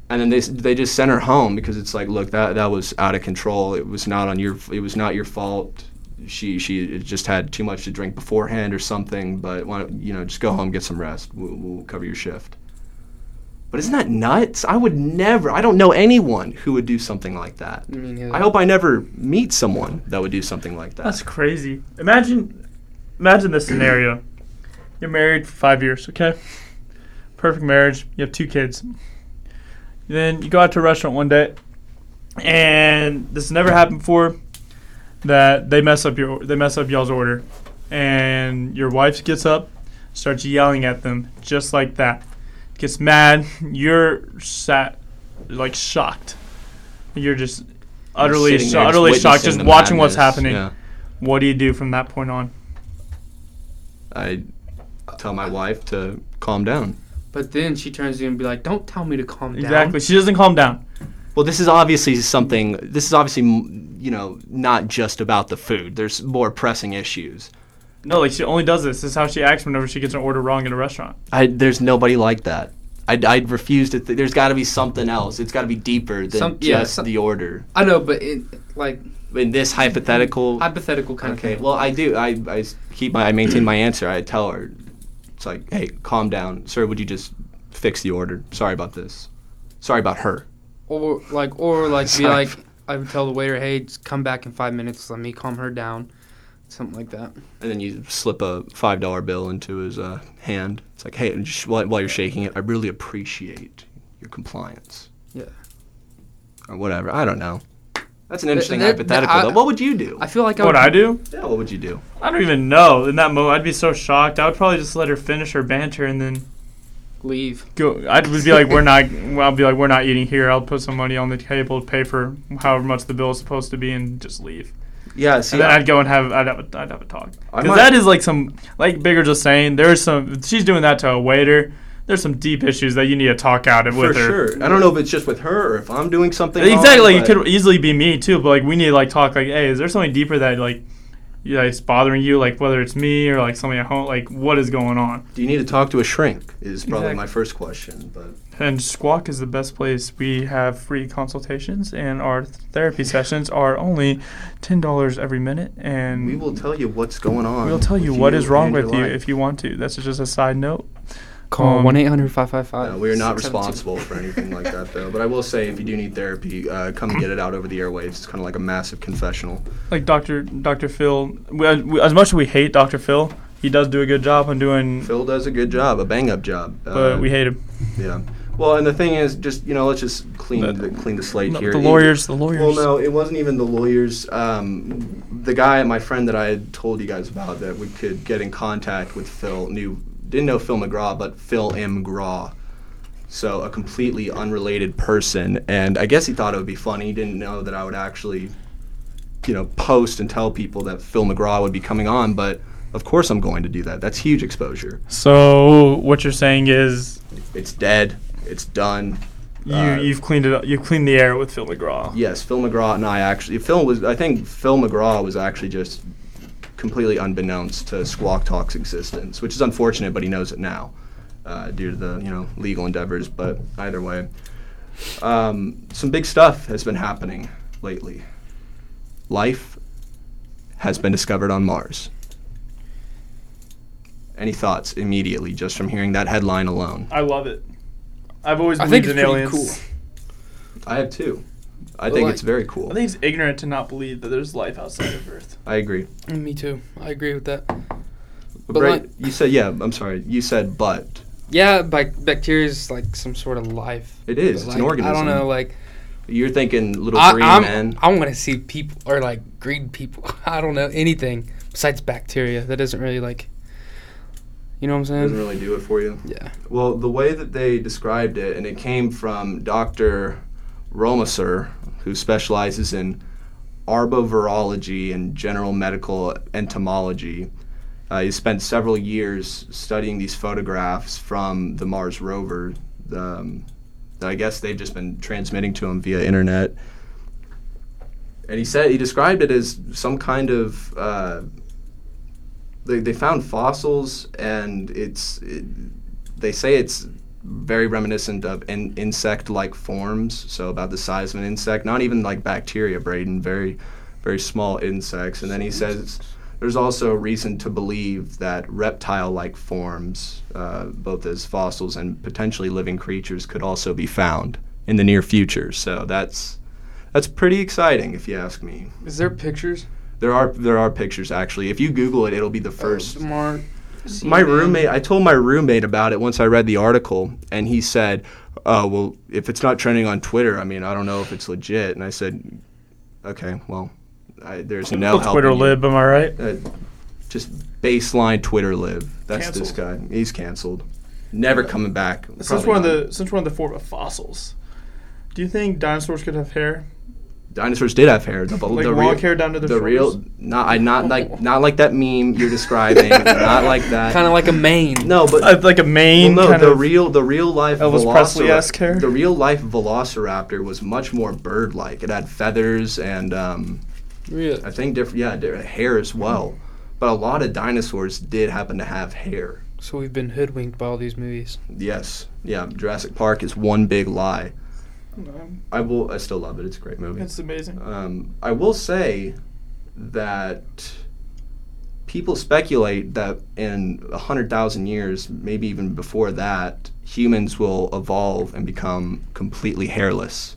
Speaker 1: And then they s- they just sent her home because it's like, look, that that was out of control. It was not on your it was not your fault. She she just had too much to drink beforehand or something. But why don't, you know, just go home, get some rest. We'll, we'll cover your shift. But isn't that nuts? I would never. I don't know anyone who would do something like that.
Speaker 2: I mean, yeah,
Speaker 1: I hope I never meet someone that would do something like that.
Speaker 3: That's crazy. Imagine, imagine this scenario: you're married for five years, okay? Perfect marriage. You have two kids. Then you go out to a restaurant one day, and this has never happened before. That they mess up your they mess up y'all's order, and your wife gets up, starts yelling at them just like that. Gets mad. You're sat like shocked. You're just utterly
Speaker 1: Sitting
Speaker 3: sho-
Speaker 1: there just
Speaker 3: utterly shocked,
Speaker 1: witnessing
Speaker 3: just
Speaker 1: the
Speaker 3: watching what's
Speaker 1: madness.
Speaker 3: happening.
Speaker 1: Yeah.
Speaker 3: What do you do from that point on?
Speaker 1: I tell my wife to calm down.
Speaker 2: but then she turns to you and be like, "Don't tell me to calm down."
Speaker 3: Exactly. She doesn't calm down.
Speaker 1: Well, this is obviously something. This is obviously, m- you know, not just about the food. There's more pressing issues.
Speaker 3: No, like she only does this. This is how she acts whenever she gets an order wrong at a restaurant.
Speaker 1: I, there's nobody like that. I'd, I'd refuse to. Th- there's got to be something else. It's got to be deeper than
Speaker 2: Some-
Speaker 1: just
Speaker 2: yeah, some-
Speaker 1: the order.
Speaker 2: I know, but it, like
Speaker 1: In this hypothetical,
Speaker 2: hypothetical kind
Speaker 1: okay.
Speaker 2: of thing.
Speaker 1: Well, I do. I, I s- keep my. I maintain my answer. I tell her, it's like, hey, calm down, sir. Would you just fix the order? Sorry about this. Sorry about her.
Speaker 2: Or like, or like,
Speaker 1: [laughs]
Speaker 2: be
Speaker 1: Sorry.
Speaker 2: like, I would tell the waiter, "Hey, just come back in five minutes. Let me calm her down." Something like that.
Speaker 1: And then you slip a five dollar bill into his uh, hand. It's like, hey, and just while, while you're shaking it, I really appreciate your compliance.
Speaker 2: Yeah.
Speaker 1: Or whatever. I don't know. That's an
Speaker 2: Th-
Speaker 1: interesting
Speaker 2: th- th-
Speaker 1: hypothetical.
Speaker 2: I-
Speaker 1: though. What would you do?
Speaker 2: I feel like I
Speaker 3: What
Speaker 2: would,
Speaker 3: I do?
Speaker 1: yeah, what would you do?
Speaker 3: I don't even know. In that moment, I'd be so shocked. I would probably just let her finish her banter and then
Speaker 2: leave.
Speaker 3: go. I'd just be like, "We're not." [laughs] I'll be like, "We're not eating here." I'll put some money on the table to pay for however much the bill is supposed to be, and just leave.
Speaker 1: Yeah. See,
Speaker 3: And then I'd go and have I'd have a, I'd have a talk
Speaker 1: I
Speaker 3: because
Speaker 1: might-
Speaker 3: that is like some like bigger just saying there's some she's doing that to a waiter. There's some deep issues that you need to talk out with
Speaker 1: for
Speaker 3: her.
Speaker 1: sure. I don't know if it's just with her or if I'm doing something. wrong,
Speaker 3: Exactly. like,
Speaker 1: but-
Speaker 3: it could easily be me too, but like we need to like talk like, hey, is there something deeper that like yeah, it's bothering you? Like whether it's me or like somebody at home, like what is going on?
Speaker 1: Do you need to talk to a shrink? Is probably
Speaker 3: Exactly.
Speaker 1: my first question. But
Speaker 3: And Squawk is the best place. We have free consultations, and our therapy sessions are only ten dollars every minute. And
Speaker 1: we will tell you what's going on.
Speaker 3: we'll tell you
Speaker 1: with
Speaker 3: what is wrong
Speaker 1: and your
Speaker 3: with you
Speaker 1: life.
Speaker 3: if you want to. That's just a side note.
Speaker 2: Call
Speaker 3: Um,
Speaker 2: one eight hundred five five five.
Speaker 1: No, Uh, we are not responsible for anything like that, though. But I will say, if you do need therapy, uh, come get it out over the airwaves. It's kind of like a massive confessional.
Speaker 3: Like Doctor Doctor Phil, we, we, as much as we hate Doctor Phil, he does do a good job on doing,
Speaker 1: Phil uh, does a good job, a bang up job.
Speaker 3: but we hate him.
Speaker 1: Yeah. Well, and the thing is, just you know, let's just clean
Speaker 3: The-
Speaker 1: the, clean the slate
Speaker 3: No,
Speaker 1: here.
Speaker 3: the
Speaker 1: It-
Speaker 3: lawyers, the
Speaker 1: Well,
Speaker 3: lawyers.
Speaker 1: no, it wasn't even the lawyers. Um, the guy, my friend that I had told you guys about that we could get in contact with Phil knew didn't know Phil McGraw, but Phil M. Graw. So a completely unrelated person, and I guess he thought it would be funny. He didn't know that I would actually, you know, post and tell people that Phil McGraw would be coming on. But of course, I'm going to do that. That's huge exposure.
Speaker 3: So what you're saying is
Speaker 1: It's dead. It's done.
Speaker 3: you
Speaker 1: Uh,
Speaker 3: you've cleaned it up, you've cleaned the air with Phil McGraw.
Speaker 1: Yes, Phil McGraw and I actually. Phil was. I think Phil McGraw was actually just completely unbeknownst to Squawk Talk's existence, which is unfortunate, but he knows it now uh, due to the you know legal endeavors. But either way, um, some big stuff has been happening lately. Life has been discovered on Mars. Any thoughts immediately just from hearing that headline alone?
Speaker 3: I love it. I've always
Speaker 2: I
Speaker 3: believed
Speaker 2: think it's
Speaker 3: in
Speaker 2: pretty
Speaker 3: aliens.
Speaker 2: cool.
Speaker 1: I have two. I
Speaker 2: Well,
Speaker 1: think
Speaker 2: like-
Speaker 1: it's very cool.
Speaker 3: I think it's ignorant to not believe that there's life outside of Earth.
Speaker 1: I agree.
Speaker 2: Me too. I agree with that. But
Speaker 1: But
Speaker 2: like-
Speaker 1: you said yeah. I'm sorry. You said but.
Speaker 2: Yeah, bac- bacteria is like some sort of life.
Speaker 1: It is.
Speaker 2: But,
Speaker 1: It's
Speaker 2: like,
Speaker 1: an organism.
Speaker 2: I don't know. Like
Speaker 1: You're thinking little
Speaker 2: I,
Speaker 1: green
Speaker 2: I'm,
Speaker 1: man.
Speaker 2: I want to see people or like green people. [laughs] I don't know anything besides bacteria that doesn't really like. You know what I'm
Speaker 1: Doesn't
Speaker 2: saying?
Speaker 1: really do it for you.
Speaker 2: Yeah.
Speaker 1: Well, the way that they described it, and it came from Dr. Romaser, who specializes in arbovirology and general medical entomology. Uh, he spent several years studying these photographs from the Mars rover. Um, that I guess they've just been transmitting to him via internet. And he said he described it as some kind of uh, they, they found fossils and it's it, they say it's very reminiscent of in, insect-like forms so about the size of an insect not even like bacteria braden very very small insects and then he says there's also reason to believe that reptile-like forms uh, both as fossils and potentially living creatures could also be found in the near future so that's that's pretty exciting if you ask me
Speaker 2: Is there pictures?
Speaker 1: there are there are pictures actually if you google it it'll be the first
Speaker 2: Smart.
Speaker 1: my roommate i told my roommate about it once i read the article and he said oh well if it's not trending on twitter i mean i don't know if it's legit and i said okay well I, there's no help
Speaker 4: Twitter lib, am I right?
Speaker 1: uh, just baseline twitter live that's this guy he's canceled never coming back
Speaker 3: Since
Speaker 1: Probably
Speaker 3: we're on
Speaker 1: not.
Speaker 3: the since we're on the form of fossils, do you think dinosaurs could have hair?
Speaker 1: dinosaurs did have hair the, bu-
Speaker 3: Like
Speaker 1: the
Speaker 3: long
Speaker 1: real,
Speaker 3: hair down to their
Speaker 1: the real
Speaker 3: shoulders?
Speaker 1: not i not like not like that meme you're describing not like
Speaker 4: [laughs]
Speaker 1: that
Speaker 2: Kind of like a mane.
Speaker 1: no but
Speaker 3: Uh, like a mane?
Speaker 1: Well, no,
Speaker 3: kind
Speaker 1: the
Speaker 3: of-
Speaker 1: real the real life
Speaker 3: Elvis Presley-esque hair?
Speaker 1: The real life Velociraptor was much more bird like. It had feathers and um,
Speaker 2: Really?
Speaker 1: I think different yeah di- hair as well. But a lot of dinosaurs did happen to have hair.
Speaker 2: So we've been hoodwinked by all these movies.
Speaker 1: Yes, yeah. Jurassic Park is one big lie.
Speaker 3: Um,
Speaker 1: I will. I still love it. It's a great movie.
Speaker 3: It's amazing.
Speaker 1: Um, I will say that people speculate that in 100,000 years, maybe even before that, humans will evolve and become completely hairless.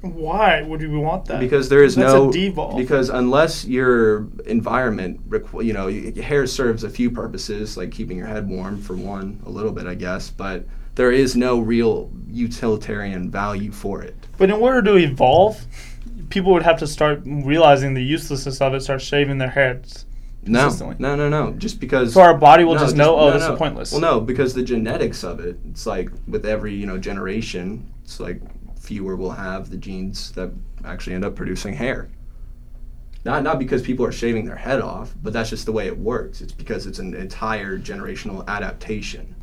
Speaker 3: Why would we want that?
Speaker 1: Because there is
Speaker 3: That's
Speaker 1: no
Speaker 3: a devolve.
Speaker 1: because unless your environment requ- you know y- y- hair serves a few purposes like keeping your head warm for one a little bit I guess but there is no real utilitarian value for it.
Speaker 3: but in order to evolve, people would have to start realizing the uselessness of it. Start shaving their heads.
Speaker 1: No,
Speaker 3: consistently.
Speaker 1: no, no, no. Just because.
Speaker 3: So our body will just know, oh, this is pointless.
Speaker 1: Well, no, because the genetics of it, it's like with every you know generation, it's like fewer will have the genes that actually end up producing hair. Not not because people are shaving their head off, but that's just the way it works. It's because it's an entire generational adaptation.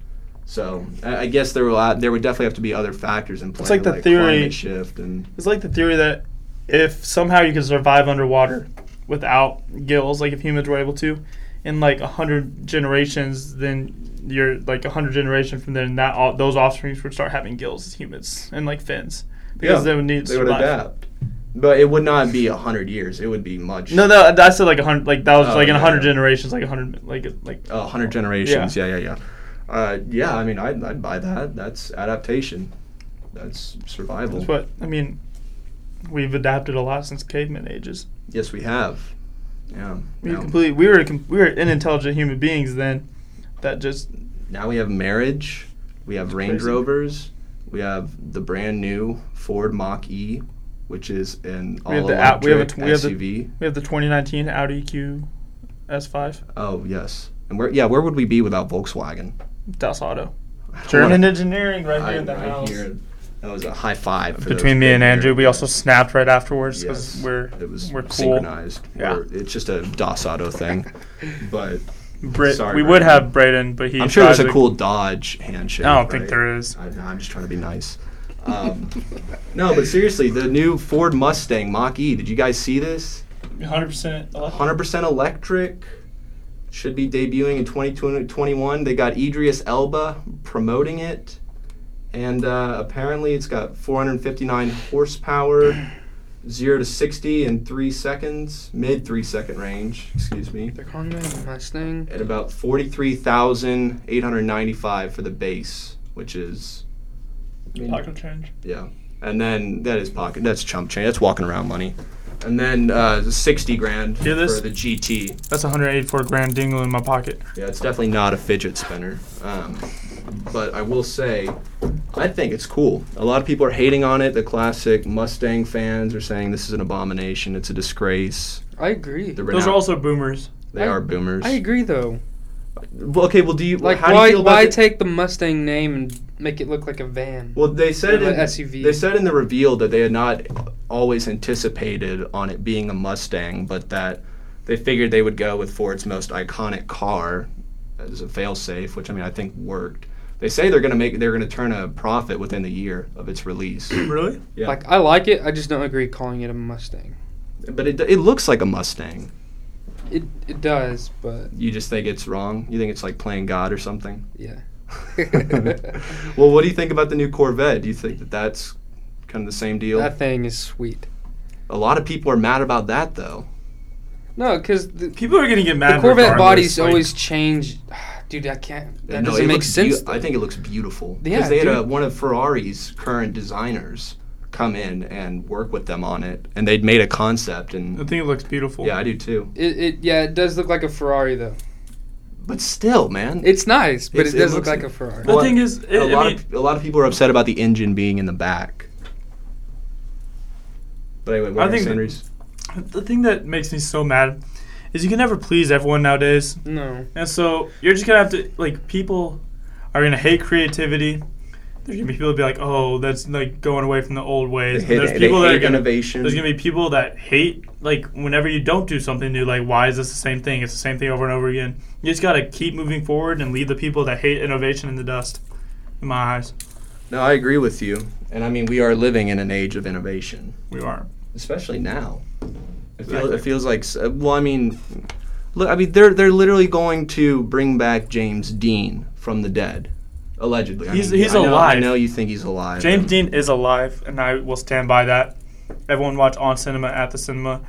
Speaker 1: So I, I guess there will a- there would definitely have to be other factors in play.
Speaker 3: like the theory-
Speaker 1: climate shift and
Speaker 3: It's like the theory that if somehow you could survive underwater without gills, like if humans were able to, in like a hundred generations, then you're like a hundred generations from then that all, those offspring would start having gills as humans and like fins because
Speaker 1: Yeah,
Speaker 3: they would need to
Speaker 1: they would
Speaker 3: survive.
Speaker 1: adapt. But it would not be a hundred years. It would be much.
Speaker 3: No, no, I said like a hundred, like that was
Speaker 1: Oh,
Speaker 3: like in a
Speaker 1: yeah,
Speaker 3: hundred
Speaker 1: yeah.
Speaker 3: generations, like a hundred, like like
Speaker 1: Oh, 100 generations. Yeah, yeah, yeah. Uh, yeah, I mean, I'd, I'd buy that. That's adaptation. That's survival.
Speaker 3: that's what I mean. We've adapted a lot since caveman ages.
Speaker 1: yes, we have. Yeah.
Speaker 3: We
Speaker 1: Now,
Speaker 3: completely, we were com- we were unintelligent human beings then. That just
Speaker 1: now we have marriage. We have Range
Speaker 3: crazy.
Speaker 1: Rovers. We have the brand new Ford Mach E, which is an all
Speaker 3: We have the out- we have a
Speaker 1: electric
Speaker 3: t- we have the-
Speaker 1: SUV.
Speaker 3: we have the 2019 Audi Q S5.
Speaker 1: oh, yes. And where, yeah, where would we be without Volkswagen?
Speaker 3: Das Auto.
Speaker 1: [laughs] I don't
Speaker 3: German
Speaker 1: wanna-
Speaker 3: engineering right
Speaker 1: I-
Speaker 3: here in the
Speaker 1: right
Speaker 3: house.
Speaker 1: here. That was a high five. for those
Speaker 3: Between me and
Speaker 1: big
Speaker 3: Andrew, we
Speaker 1: nerds.
Speaker 3: also snapped right afterwards because
Speaker 1: Yes.
Speaker 3: we're
Speaker 1: it was
Speaker 3: we're cool.
Speaker 1: synchronized.
Speaker 3: Yeah.
Speaker 1: We're- it's just a DOS auto
Speaker 3: [laughs]
Speaker 1: thing. But
Speaker 3: Bra-
Speaker 1: Sorry,
Speaker 3: we would
Speaker 1: Brayden.
Speaker 3: have Braden, but he.
Speaker 1: I'm sure
Speaker 3: tries
Speaker 1: there's a
Speaker 3: to-
Speaker 1: cool Dodge handshake.
Speaker 3: I don't think
Speaker 1: right?
Speaker 3: there is.
Speaker 1: I, I'm just trying to be nice. Um, [laughs] no, but seriously, the new Ford Mustang Mach E. Did you guys see this?
Speaker 3: 100. percent
Speaker 1: 100% electric. Should be debuting in 2021. They got Idris Elba promoting it. And uh, apparently, it's got 459 horsepower, 0 to 60 in 3 seconds, mid 3 second range, excuse me,
Speaker 2: They're calling me Mustang.
Speaker 1: at about 43,895 for the base, which is. I mean,
Speaker 3: Pocket change.
Speaker 1: yeah, and then that is pocket. That's chump change. That's walking around money. And then uh, sixty grand
Speaker 3: Hear this?
Speaker 1: for the GT.
Speaker 3: That's 184 grand dingle in my pocket.
Speaker 1: Yeah, it's definitely not a fidget spinner. Um, but I will say, I think it's cool. A lot of people are hating on it. The classic Mustang fans are saying this is an abomination. It's a disgrace.
Speaker 2: I agree.
Speaker 1: The
Speaker 3: Those are also boomers.
Speaker 1: they
Speaker 2: I-
Speaker 1: are boomers.
Speaker 2: I agree though.
Speaker 1: well, okay, well, do you
Speaker 2: Like
Speaker 1: how do
Speaker 2: why
Speaker 1: you feel about
Speaker 2: why
Speaker 1: the-
Speaker 2: take the Mustang name and make it look like a van?
Speaker 1: Well, they said
Speaker 2: Or
Speaker 1: in,
Speaker 2: an SUV.
Speaker 1: They said in the reveal that they had not always anticipated on it being a Mustang, but that they figured they would go with Ford's most iconic car as a failsafe, which I mean I think worked. They say they're going to make they're going to turn a profit within the year of its release,
Speaker 3: Really?
Speaker 1: yeah.
Speaker 2: Like I like it, I just don't agree calling it a Mustang.
Speaker 1: but it, it looks like a Mustang.
Speaker 2: It it does, but
Speaker 1: You just think it's wrong? You think it's like playing God or something? [laughs]
Speaker 2: yeah.
Speaker 1: well, what do you think about the new Corvette? Do you think that that's kind of the same deal?
Speaker 2: That thing is sweet.
Speaker 1: a lot of people are mad about that though.
Speaker 2: No, because the,
Speaker 3: People are gonna get mad.
Speaker 2: the Corvette
Speaker 3: regardless,
Speaker 2: bodies
Speaker 3: like-
Speaker 2: always change. [sighs] Dude, I can't. That
Speaker 1: No,
Speaker 2: doesn't
Speaker 1: it
Speaker 2: make
Speaker 1: looks
Speaker 2: sense.
Speaker 1: beau- I think it looks beautiful because
Speaker 2: Yeah,
Speaker 1: they had a,
Speaker 2: dude.
Speaker 1: one of Ferrari's current designers come in and work with them on it, and they'd made a concept.
Speaker 3: I
Speaker 1: And
Speaker 3: think it looks beautiful.
Speaker 1: yeah, I do too.
Speaker 2: it, it yeah, it does look like a Ferrari though.
Speaker 1: But still, man,
Speaker 2: It's nice, but
Speaker 1: It's-
Speaker 2: it
Speaker 1: it
Speaker 2: does look
Speaker 1: looks-
Speaker 2: like a Ferrari.
Speaker 5: The
Speaker 1: Well,
Speaker 5: thing is, it,
Speaker 1: a
Speaker 5: I
Speaker 1: lot
Speaker 5: mean,
Speaker 1: of a lot of people are upset about the engine being in the back. But anyway, what
Speaker 3: I
Speaker 1: I think
Speaker 3: think The thing that makes me so mad is you can never please everyone nowadays.
Speaker 2: no.
Speaker 3: And so you're just gonna have to like people are gonna hate creativity. There's gonna be people that be like, oh, that's like going away from the old ways. And there's people that are gonna
Speaker 1: innovation.
Speaker 3: there's gonna be people that hate like whenever you don't do something new, like why is this the same thing? It's the same thing over and over again. You just gotta keep moving forward and leave the people that hate innovation in the dust. In my eyes,
Speaker 1: no, I agree with you, and I mean we are living in an age of innovation.
Speaker 3: we are.
Speaker 1: especially now. It, feel,
Speaker 3: Exactly.
Speaker 1: it feels like s- uh, well, I mean, look, I mean they're they're literally going to bring back James Dean from the dead, allegedly. I
Speaker 3: He's-
Speaker 1: mean,
Speaker 3: he's
Speaker 1: I know, I
Speaker 3: alive.
Speaker 1: know you think he's alive.
Speaker 3: James
Speaker 1: but-
Speaker 3: Dean is alive, and I will stand by that. Everyone watch on cinema at the cinema.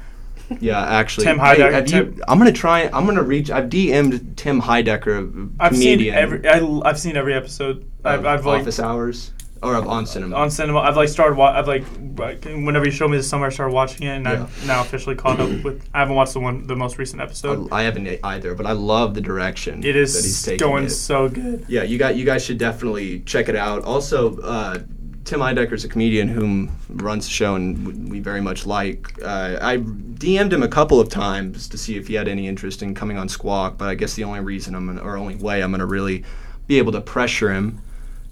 Speaker 1: Yeah, actually,
Speaker 3: Tim
Speaker 1: Hey,
Speaker 3: Heidecker-
Speaker 1: have
Speaker 3: Tim-
Speaker 1: you, I'm gonna try. I'm gonna reach. I've DM'd Tim Heidecker, a
Speaker 3: I've
Speaker 1: comedian.
Speaker 3: seen every. I, have seen every episode. I've,
Speaker 1: of
Speaker 3: I've like
Speaker 1: office hours or of on cinema.
Speaker 3: on cinema. I've like started. Wa- I've like like, whenever you showed me this summer, I started watching it, and I'm now officially caught up with. I haven't watched the one the most recent episode.
Speaker 1: I, I haven't e-, either, but I love the direction
Speaker 3: It
Speaker 1: that he's
Speaker 3: is
Speaker 1: taking.
Speaker 3: going
Speaker 1: it.
Speaker 3: so good.
Speaker 1: yeah, you got you guys should definitely check it out. Also, uh, Tim Eidecker's a comedian whom runs the show and w- we very much like. Uh, I DM'd him a couple of times to see if he had any interest in coming on Squawk, but I guess the only reason I'm gonna, or only way I'm going to really be able to pressure him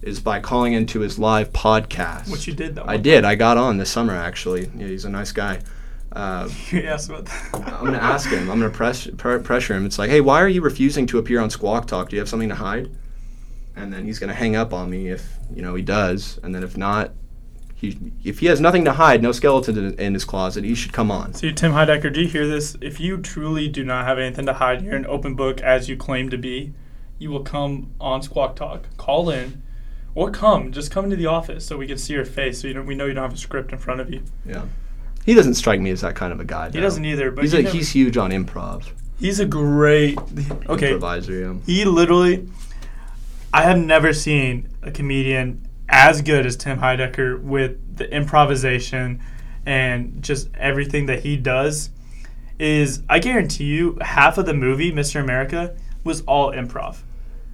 Speaker 1: is by calling into his live podcast.
Speaker 3: What you did though.
Speaker 1: I
Speaker 3: [laughs]
Speaker 1: did. I got on this summer actually. Yeah, he's a nice guy. Uh,
Speaker 3: You asked about that.
Speaker 1: I'm gonna ask him. I'm gonna press pr- pressure him. It's like, hey, why are you refusing to appear on Squawk Talk? Do you have something to hide? And then he's gonna hang up on me if you know he does. And then if not, he if he has nothing to hide, no skeletons in, in his closet, he should come on.
Speaker 3: So, Tim Heidecker, do you hear this? If you truly do not have anything to hide, you're an open book as you claim to be, you will come on Squawk Talk, call in, or come. Just come into the office so we can see your face so you don't, we know you don't have a script in front of you.
Speaker 1: Yeah, he doesn't strike me as that kind of a guy.
Speaker 3: He
Speaker 1: though.
Speaker 3: doesn't either, but
Speaker 1: He's
Speaker 3: he
Speaker 1: a,
Speaker 3: never-
Speaker 1: he's huge on improv.
Speaker 3: He's a great. Okay.
Speaker 1: improviser. Yeah.
Speaker 3: He literally. I have never seen a comedian as good as Tim Heidecker with the improvisation and just everything that he does. Is I guarantee you, half of the movie, Mr. America, was all improv.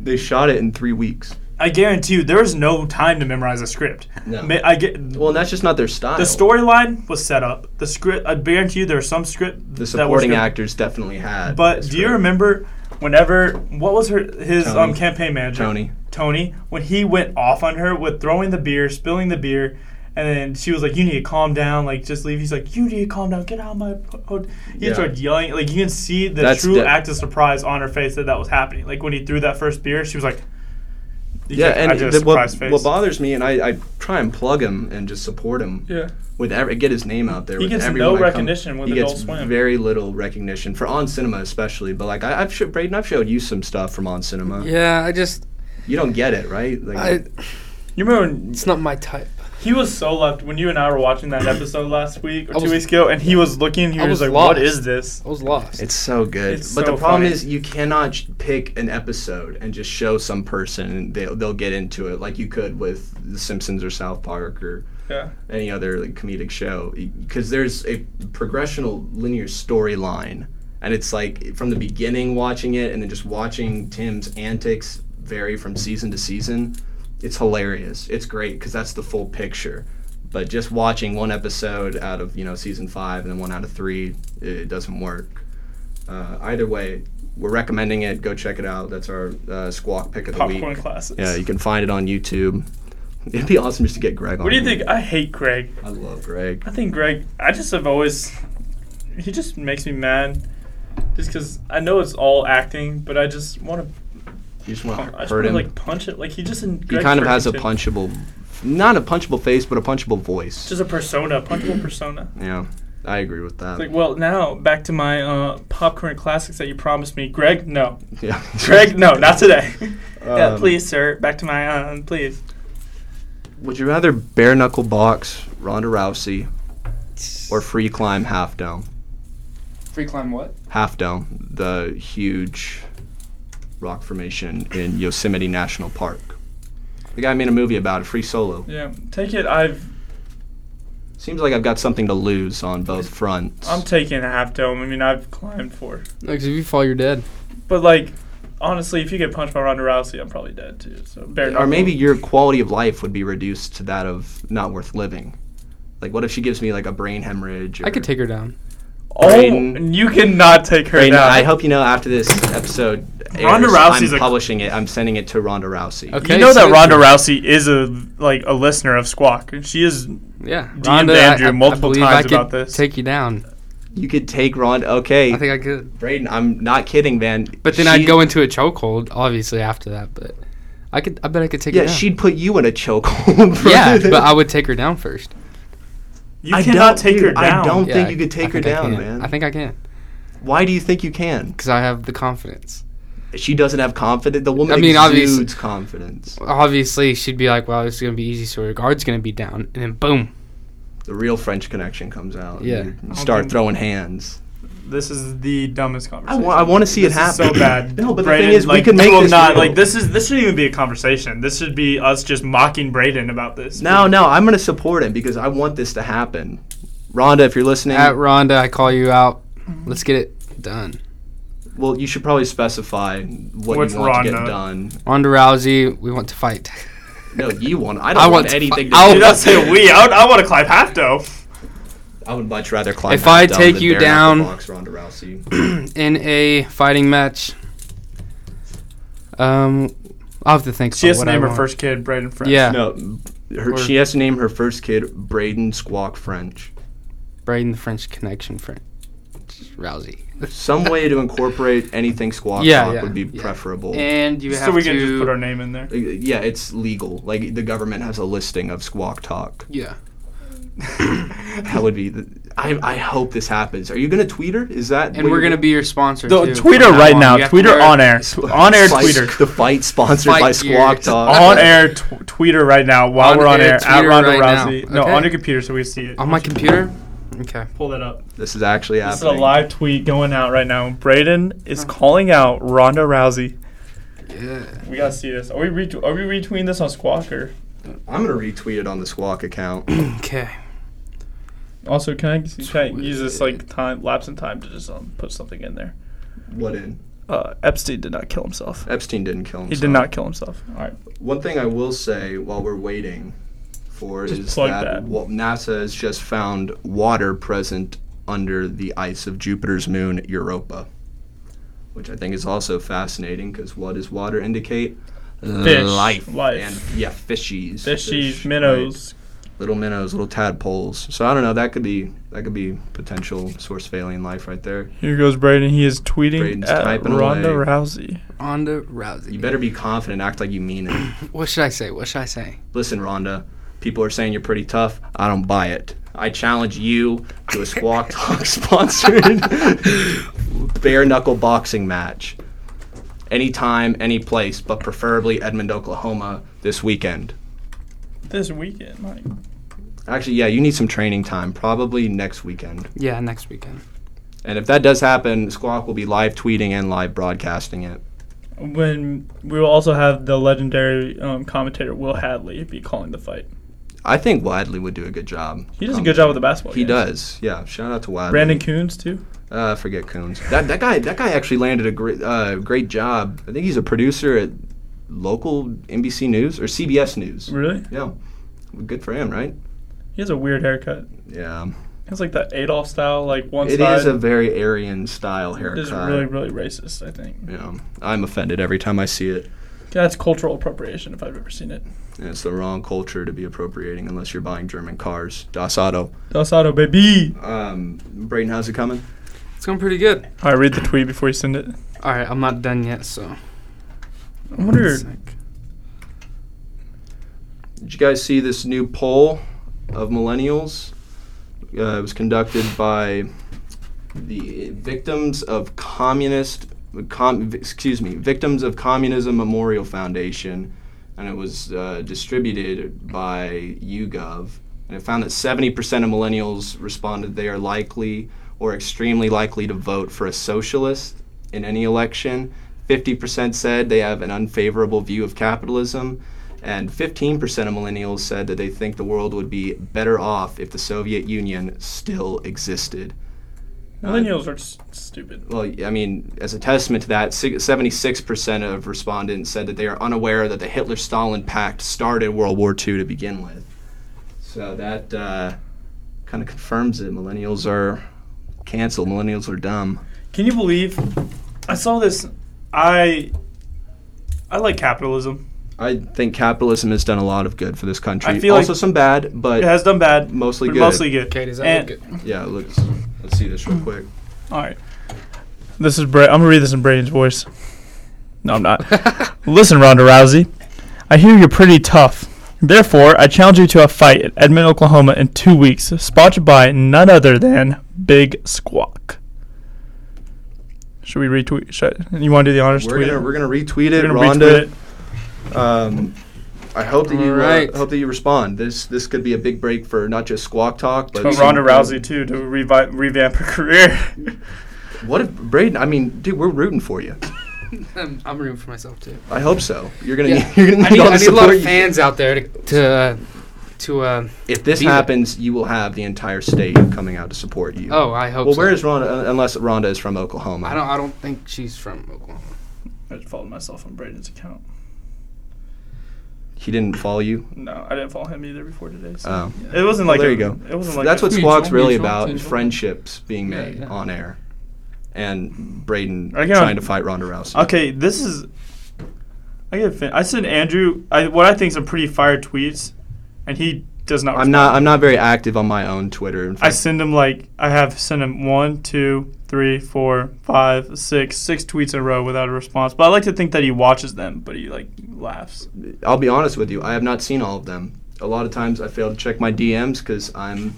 Speaker 1: They shot it in three weeks.
Speaker 3: I guarantee you, there was no time to memorize a script.
Speaker 1: No.
Speaker 3: Ma- I get,
Speaker 1: Well, and that's just not their style.
Speaker 3: the storyline was set up. The script, I guarantee you, there was some script
Speaker 1: the
Speaker 3: that was
Speaker 1: supporting
Speaker 3: gonna-
Speaker 1: actors definitely had.
Speaker 3: But
Speaker 1: It's
Speaker 3: do you
Speaker 1: great.
Speaker 3: remember whenever what was her his
Speaker 1: Tony.
Speaker 3: um campaign manager
Speaker 1: Tony?
Speaker 3: Tony when he went off on her with throwing the beer, spilling the beer, and then she was like, "You need to calm down, like just leave." He's like, "You need to calm down, get out of my." Ho-. He
Speaker 1: Yeah.
Speaker 3: started yelling, like you can see the
Speaker 1: That's
Speaker 3: true
Speaker 1: de-
Speaker 3: act of surprise on her face that that was happening. Like when he threw that first beer, she was like, you
Speaker 1: Yeah,
Speaker 3: can't-
Speaker 1: and
Speaker 3: I did a
Speaker 1: the- what,
Speaker 3: surprise face.
Speaker 1: what bothers me, and I, I try and plug him and just support him.
Speaker 3: Yeah.
Speaker 1: with every, get his name out there.
Speaker 3: He
Speaker 1: with
Speaker 3: gets
Speaker 1: everyone
Speaker 3: no
Speaker 1: I come-
Speaker 3: recognition with
Speaker 1: he
Speaker 3: Adult
Speaker 1: gets
Speaker 3: Swim.
Speaker 1: Very little recognition for on cinema, especially. But like I, I've sh- Braden, I've showed you some stuff from on cinema.
Speaker 2: Yeah, I just
Speaker 1: You don't get it, right? Like,
Speaker 2: I,
Speaker 3: you remember when
Speaker 2: it's not my type.
Speaker 3: he was so left when you and I were
Speaker 1: [clears throat]
Speaker 3: watching that episode last week or
Speaker 2: I
Speaker 3: two
Speaker 2: was-
Speaker 3: weeks ago, and he was looking, he
Speaker 2: I
Speaker 3: was,
Speaker 2: was
Speaker 3: like, "What
Speaker 2: lost.
Speaker 3: is this?"
Speaker 2: I
Speaker 1: Oh,
Speaker 2: was lost.
Speaker 1: it's so good.
Speaker 3: It's
Speaker 1: but
Speaker 3: so
Speaker 1: the problem
Speaker 3: funny.
Speaker 1: is, you cannot sh- pick an episode and just show some person, and they'll they'll get into it, like you could with The Simpsons or South Park or
Speaker 3: Yeah.
Speaker 1: any other like, comedic show because there's a progressional linear storyline and it's like from the beginning watching it and then just watching tim's antics vary from season to season it's hilarious it's great because that's the full picture but just watching one episode out of you know season five and then one out of three it, it doesn't work uh, either way we're recommending it go check it out that's our uh, squawk pick of the
Speaker 3: popcorn
Speaker 1: week
Speaker 3: classes.
Speaker 1: yeah you can find it on youtube [laughs] it'd be awesome just to get greg on
Speaker 3: What do you
Speaker 1: here.
Speaker 3: think? I hate Greg.
Speaker 1: I love Greg.
Speaker 3: I think Greg. I just have always. He just makes me mad, just because I know it's all acting, but I just want to.
Speaker 1: You just want
Speaker 3: I
Speaker 1: to
Speaker 3: just
Speaker 1: hurt
Speaker 3: want to
Speaker 1: him.
Speaker 3: like punch it. Like he just. and
Speaker 1: he
Speaker 3: Greg
Speaker 1: kind of
Speaker 3: hurt
Speaker 1: has
Speaker 3: me
Speaker 1: a
Speaker 3: too.
Speaker 1: punchable, not a punchable face, but a punchable voice.
Speaker 3: Just a persona, punchable persona.
Speaker 1: yeah. I agree with that.
Speaker 3: It's like, well, now back to my uh, popcorn classics that you promised me,
Speaker 1: [laughs]
Speaker 3: Greg. No,
Speaker 1: yeah.
Speaker 3: [laughs] Greg. No, not today. [laughs] yeah,
Speaker 1: Um,
Speaker 3: please, sir. Back to my um, please.
Speaker 1: [laughs] Would you rather bare knuckle box Ronda Rousey or free climb half dome?
Speaker 2: Free climb what?
Speaker 1: Half dome, the huge rock formation in Yosemite National Park. The guy made a movie about it, Free Solo.
Speaker 3: Yeah, take it. I've
Speaker 1: Seems like I've got something to lose on both fronts.
Speaker 3: I'm taking a half dome. I mean, I've climbed four,
Speaker 2: No, 'cause if you fall, you're dead.
Speaker 3: but like honestly, if you get punched by Ronda Rousey, I'm probably dead too. So bare
Speaker 1: or
Speaker 3: knuckle.
Speaker 1: maybe your quality of life would be reduced to that of not worth living. Like, what if she gives me like a brain hemorrhage? Or
Speaker 2: I could take her down.
Speaker 3: Oh,
Speaker 1: Braden-
Speaker 3: you cannot take her
Speaker 1: Braden,
Speaker 3: down.
Speaker 1: I hope you know after this episode, airs,
Speaker 3: uh, Ronda Rousey's
Speaker 1: I'm
Speaker 3: a-
Speaker 1: publishing it. I'm sending it to Ronda Rousey.
Speaker 2: Okay.
Speaker 3: You know that
Speaker 2: so-
Speaker 3: Ronda Rousey is a like a listener of Squawk. She is
Speaker 2: Yeah.
Speaker 3: DM'd Andrew multiple
Speaker 2: believe
Speaker 3: times
Speaker 2: I could
Speaker 3: about this.
Speaker 2: Take you down.
Speaker 1: You could take Ronda. Okay,
Speaker 2: I think I could.
Speaker 1: Braden, I'm not kidding, man.
Speaker 2: But then
Speaker 1: She-
Speaker 2: I'd go into a chokehold, obviously, after that. But I could. I bet I could take
Speaker 1: Yeah,
Speaker 2: her down.
Speaker 1: she'd put you in a chokehold. [laughs] for
Speaker 2: [laughs] yeah,
Speaker 1: this.
Speaker 2: but I would take her down first.
Speaker 3: you
Speaker 1: I don't-
Speaker 3: cannot take her
Speaker 1: dude, I
Speaker 3: down.
Speaker 1: don't-
Speaker 2: Yeah,
Speaker 1: think you could take
Speaker 2: I
Speaker 1: her
Speaker 2: think I
Speaker 1: down,
Speaker 2: can.
Speaker 1: man.
Speaker 2: I think I can
Speaker 1: Why do you think you can?
Speaker 2: because I have the confidence.
Speaker 1: She doesn't have confidence. The woman
Speaker 2: I mean,
Speaker 1: exudes
Speaker 2: obvious-
Speaker 1: confidence.
Speaker 2: Obviously, she'd be like, "Well, this is gonna be easy, so your guard's gonna be down," and then boom.
Speaker 1: The real French connection comes out.
Speaker 2: Yeah.
Speaker 1: You
Speaker 3: don't
Speaker 1: start
Speaker 3: think-
Speaker 1: throwing hands.
Speaker 3: This is the dumbest
Speaker 1: I
Speaker 3: conversation.
Speaker 1: want, I want to see
Speaker 3: this
Speaker 1: it happen.
Speaker 3: is so bad.
Speaker 1: No, but
Speaker 3: Brayden,
Speaker 1: the thing is, we
Speaker 3: like,
Speaker 1: can make
Speaker 3: you will
Speaker 1: this
Speaker 3: not
Speaker 1: real.
Speaker 3: like this is this shouldn't even be a conversation. This should be us just mocking Braden about this.
Speaker 1: No, no, I'm going to support him because I want this to happen. Rhonda, if you're listening,
Speaker 2: At Rhonda, I call you out. Let's get it done.
Speaker 1: well, you should probably specify what
Speaker 3: What's
Speaker 1: you want to
Speaker 3: Rhonda?
Speaker 1: get done.
Speaker 2: Ronda Rousey, we want to fight.
Speaker 1: No,
Speaker 3: [laughs]
Speaker 1: you want. I don't
Speaker 2: I
Speaker 1: want,
Speaker 2: want to
Speaker 1: anything.
Speaker 2: fi-
Speaker 1: to
Speaker 3: You
Speaker 1: do.
Speaker 3: don't say we. I, would- I want to climb half dough.
Speaker 1: I would much rather climb.
Speaker 2: If I
Speaker 1: down
Speaker 2: take
Speaker 1: than
Speaker 2: you
Speaker 1: bare knuckle
Speaker 2: down-
Speaker 1: box Ronda
Speaker 3: [coughs]
Speaker 1: Rousey.
Speaker 2: in a fighting match. Um, I'll have to think.
Speaker 3: She
Speaker 2: about
Speaker 3: has to
Speaker 2: what I
Speaker 3: name her
Speaker 2: want.
Speaker 3: first kid Braden French.
Speaker 2: Yeah,
Speaker 1: no, her,
Speaker 3: Or-
Speaker 1: she has to name her first kid Braden Squawk French.
Speaker 2: Braden the French Connection French Rousey.
Speaker 1: Some way to incorporate anything Squawk
Speaker 2: Yeah,
Speaker 1: Talk
Speaker 2: yeah,
Speaker 1: would be
Speaker 2: yeah.
Speaker 1: preferable.
Speaker 2: And you have
Speaker 3: So we
Speaker 2: to.
Speaker 3: can just put our name in there.
Speaker 1: Uh, yeah, it's legal. Like the government has a listing of Squawk Talk.
Speaker 2: yeah.
Speaker 1: That would be. The, I I hope this happens. Are you gonna tweet her? Is that?
Speaker 2: And we're gonna be your sponsor.
Speaker 3: The
Speaker 2: too,
Speaker 3: Twitter
Speaker 2: from now
Speaker 3: right
Speaker 2: on.
Speaker 3: now.
Speaker 2: You have to
Speaker 3: Twitter
Speaker 2: wear-
Speaker 3: on air. On air
Speaker 1: Fight-
Speaker 3: Twitter.
Speaker 1: The fight sponsored
Speaker 2: Fight
Speaker 1: by
Speaker 2: gear.
Speaker 1: Squawk
Speaker 2: It's
Speaker 1: Talk.
Speaker 3: On air t- Twitter right now while
Speaker 2: On
Speaker 3: we're on
Speaker 2: air
Speaker 3: air at
Speaker 2: Twitter
Speaker 3: Ronda
Speaker 2: right now.
Speaker 3: Rousey. No,
Speaker 2: Okay.
Speaker 3: on your computer so we see it.
Speaker 2: On my computer. Okay.
Speaker 3: Pull that up.
Speaker 1: This is actually
Speaker 3: This is
Speaker 1: happening.
Speaker 3: a live tweet going out right now. Braden is calling out Ronda Rousey.
Speaker 2: Yeah.
Speaker 3: We gotta see this. Are we retw- are we retweeting this on Squawk or?
Speaker 1: I'm gonna retweet it on the Squawk account. [clears throat]
Speaker 2: Okay.
Speaker 3: Also, can I, can I use this like time lapse in time to just um, put something in there?
Speaker 1: what in?
Speaker 3: Uh, Epstein did not kill himself.
Speaker 1: Epstein didn't kill
Speaker 3: He
Speaker 1: himself.
Speaker 3: did not kill himself. All right.
Speaker 1: One thing I will say while we're waiting for
Speaker 3: Just
Speaker 1: is
Speaker 3: plug
Speaker 1: that,
Speaker 3: that.
Speaker 1: wa- NASA has just found water present under the ice of Jupiter's moon Europa, which I think is also fascinating because what does water indicate?
Speaker 3: Fish.
Speaker 1: Life.
Speaker 3: Life.
Speaker 1: And, yeah, fishies.
Speaker 3: Fishies,
Speaker 1: Fish, right.
Speaker 3: minnows.
Speaker 1: Little minnows, little tadpoles. So I don't know. That could be that could be potential source of alien life right there.
Speaker 3: Here goes Braden. He is tweeting
Speaker 1: Braden's
Speaker 3: at
Speaker 1: typing
Speaker 3: Ronda
Speaker 1: away.
Speaker 3: Rousey.
Speaker 2: Ronda Rousey.
Speaker 1: You better be confident. Act like you mean it.
Speaker 3: [clears throat]
Speaker 2: What should I say? What should I say?
Speaker 1: listen, Rhonda, people are saying you're pretty tough. I don't buy it. I challenge you to a Squawk
Speaker 3: [laughs]
Speaker 1: Talk sponsored [laughs] bare knuckle boxing match. Anytime, any place, but preferably Edmond, Oklahoma this weekend.
Speaker 3: This weekend, like
Speaker 1: Actually, yeah, you need some training time, probably next weekend.
Speaker 2: Yeah, next weekend.
Speaker 1: And if that does happen, Squawk will be live tweeting and live broadcasting it.
Speaker 3: when we will also have the legendary um, commentator Will Hadley be calling the fight.
Speaker 1: I think Wadley would do a good job.
Speaker 3: He does a good job with the basketball.
Speaker 1: He
Speaker 3: games.
Speaker 1: does, yeah. Shout out to Wadley.
Speaker 3: Brandon Coons too.
Speaker 1: Uh, forget Coons. That that guy that guy actually landed a great uh, great job. I think he's a producer at local NBC News or CBS News.
Speaker 3: Really?
Speaker 1: Yeah, good for him, right?
Speaker 3: He has a weird haircut.
Speaker 1: Yeah,
Speaker 3: He has like that Adolf style, like one
Speaker 1: it
Speaker 3: side.
Speaker 1: is a very Aryan style haircut.
Speaker 3: It's really, really racist. I think
Speaker 1: yeah, I'm offended every time I see it.
Speaker 3: that's cultural appropriation if I've ever seen it.
Speaker 1: And it's the wrong culture to be appropriating unless you're buying German cars. Das Auto.
Speaker 3: Dos Auto, baby.
Speaker 1: Um, Brayden, how's it coming?
Speaker 2: It's going pretty good.
Speaker 3: All right, read the tweet before you send it.
Speaker 2: All right, I'm not done yet, so.
Speaker 3: I wonder.
Speaker 1: Did you guys see this new poll of millennials? Uh, it was conducted by the victims of communist, com, excuse me, victims of communism Memorial Foundation, and it was uh, distributed by YouGov. And it found that 70% of millennials responded they are likely or extremely likely to vote for a socialist in any election. 50% said they have an unfavorable view of capitalism. And 15% of millennials said that they think the world would be better off if the Soviet Union still existed.
Speaker 3: Millennials are s- stupid.
Speaker 1: Well, I mean, as a testament to that, si- 76% of respondents said that they are unaware that the Hitler Stalin Pact started World War II to begin with. So that uh, kind of confirms it. Millennials are canceled, millennials are dumb.
Speaker 3: Can you believe? I saw this. I I like capitalism.
Speaker 1: I think capitalism has done a lot of good for this country.
Speaker 3: I feel
Speaker 1: also
Speaker 3: like
Speaker 1: some bad, but
Speaker 3: It has done bad,
Speaker 1: Mostly
Speaker 3: but
Speaker 1: good.
Speaker 3: Mostly good.
Speaker 2: Okay, does that
Speaker 3: And-
Speaker 2: look good?
Speaker 1: yeah, let's let's see this real quick.
Speaker 3: All right. This is Bra- I'm gonna read this in Braden's voice. No, I'm not. Listen, Ronda Rousey. I hear you're pretty tough. Therefore, I challenge you to a fight at Edmond, Oklahoma in two weeks, sponsored by none other than Big Squawk. Should we retweet? Should, you want to do the honors?
Speaker 1: We're
Speaker 3: tweet
Speaker 1: gonna
Speaker 3: it?
Speaker 1: we're gonna retweet
Speaker 3: We're
Speaker 1: it,
Speaker 3: gonna
Speaker 1: Rhonda.
Speaker 3: retweet it.
Speaker 1: Um, I hope that you uh,
Speaker 2: Alright.
Speaker 1: hope that you respond. This this could be a big break for not just Squawk Talk, but
Speaker 3: But
Speaker 1: some-
Speaker 3: Ronda Rousey too to revi- revamp her [laughs] career.
Speaker 1: What if Braden? I mean, dude, we're rooting for you.
Speaker 2: [laughs] I'm, I'm rooting for myself too.
Speaker 1: I hope so. You're gonna
Speaker 2: Yeah.
Speaker 1: need, [laughs]
Speaker 3: [laughs]
Speaker 1: you're gonna
Speaker 2: I
Speaker 1: need,
Speaker 2: need,
Speaker 1: all
Speaker 2: I
Speaker 1: the
Speaker 2: need a lot
Speaker 1: support
Speaker 2: of
Speaker 1: you-
Speaker 2: fans out there to to uh, to. Uh,
Speaker 1: If this
Speaker 2: Be there.
Speaker 1: happens, you will have the entire state coming out to support you.
Speaker 2: oh, I hope.
Speaker 1: well,
Speaker 2: so.
Speaker 1: where is Rhonda? uh, Unless Rhonda is from Oklahoma.
Speaker 2: I don't. I don't think she's from Oklahoma.
Speaker 3: I just followed myself on Braden's account.
Speaker 1: He didn't follow you.
Speaker 3: No, I didn't follow him either before today. So.
Speaker 1: Oh.
Speaker 3: It wasn't
Speaker 1: Well,
Speaker 3: like
Speaker 1: there
Speaker 3: a-
Speaker 1: you go.
Speaker 3: It wasn't like
Speaker 1: That's
Speaker 3: a-
Speaker 1: what
Speaker 2: Mutual,
Speaker 1: Squawk's really
Speaker 2: mutual,
Speaker 1: about:
Speaker 2: mutual.
Speaker 1: friendships being
Speaker 2: Yeah,
Speaker 1: made
Speaker 2: yeah.
Speaker 1: on air, and Braden
Speaker 3: I got-
Speaker 1: trying to fight Ronda Rousey.
Speaker 3: Okay, this is. I get fin- I sent Andrew I, what I think some pretty fire tweets, and he does not.
Speaker 1: I'm not. I'm not very active on my own Twitter. In
Speaker 3: I
Speaker 1: fact,
Speaker 3: send him like I have sent him one, two, three, four, five, six, six tweets in a row without a response. But I like to think that he watches them, but he like laughs.
Speaker 1: I'll be honest with you. I have not seen all of them. A lot of times, I fail to check my DMs because I'm,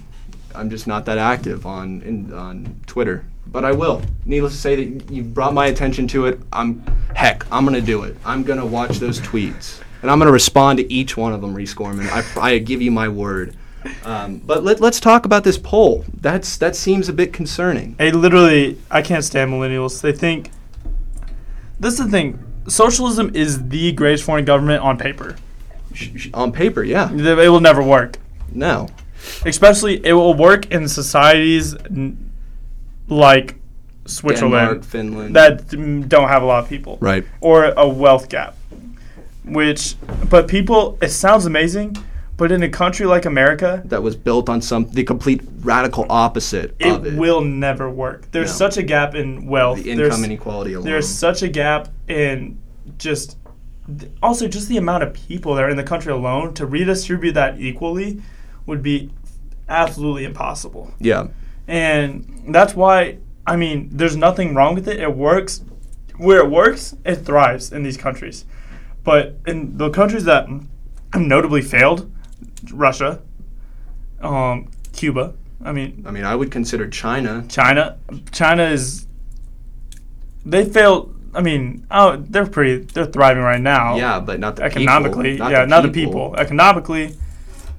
Speaker 1: I'm just not that active on in, on Twitter. But I will. Needless to say, that you brought my attention to it. I'm heck. I'm gonna do it. I'm gonna watch those tweets, and I'm gonna respond to each one of them, Reese Gorman. I, I give you my word. Um, but let, let's talk about this poll. That's that seems a bit concerning.
Speaker 3: I literally I can't stand millennials. They think. This is the thing. Socialism is the greatest foreign government on paper.
Speaker 1: Sh- sh- On paper, yeah.
Speaker 3: It will never work.
Speaker 1: No,
Speaker 3: especially it will work in societies n- like Switzerland
Speaker 1: Denmark, Finland.
Speaker 3: that mm, don't have a lot of people,
Speaker 1: Right.
Speaker 3: Or a wealth gap, which but people. It sounds amazing, but in a country like America,
Speaker 1: that was built on some the complete radical opposite of
Speaker 3: it,
Speaker 1: it.
Speaker 3: will never work. There's
Speaker 1: No.
Speaker 3: such a gap in wealth.
Speaker 1: the
Speaker 3: There's-
Speaker 1: income inequality alone.
Speaker 3: There's such a gap in just th- also just the amount of people that are in the country alone to redistribute that equally would be absolutely impossible.
Speaker 1: yeah,
Speaker 3: and that's why I mean, there's nothing wrong with it. It works where it works. It thrives in these countries, but in the countries that have notably failed, Russia, um, Cuba. I mean,
Speaker 1: I mean, I would consider China.
Speaker 3: China. China is they failed. I mean, oh, they're pretty. They're thriving right now.
Speaker 1: Yeah, but not the people,
Speaker 3: economically. yeah, not the people. Economically,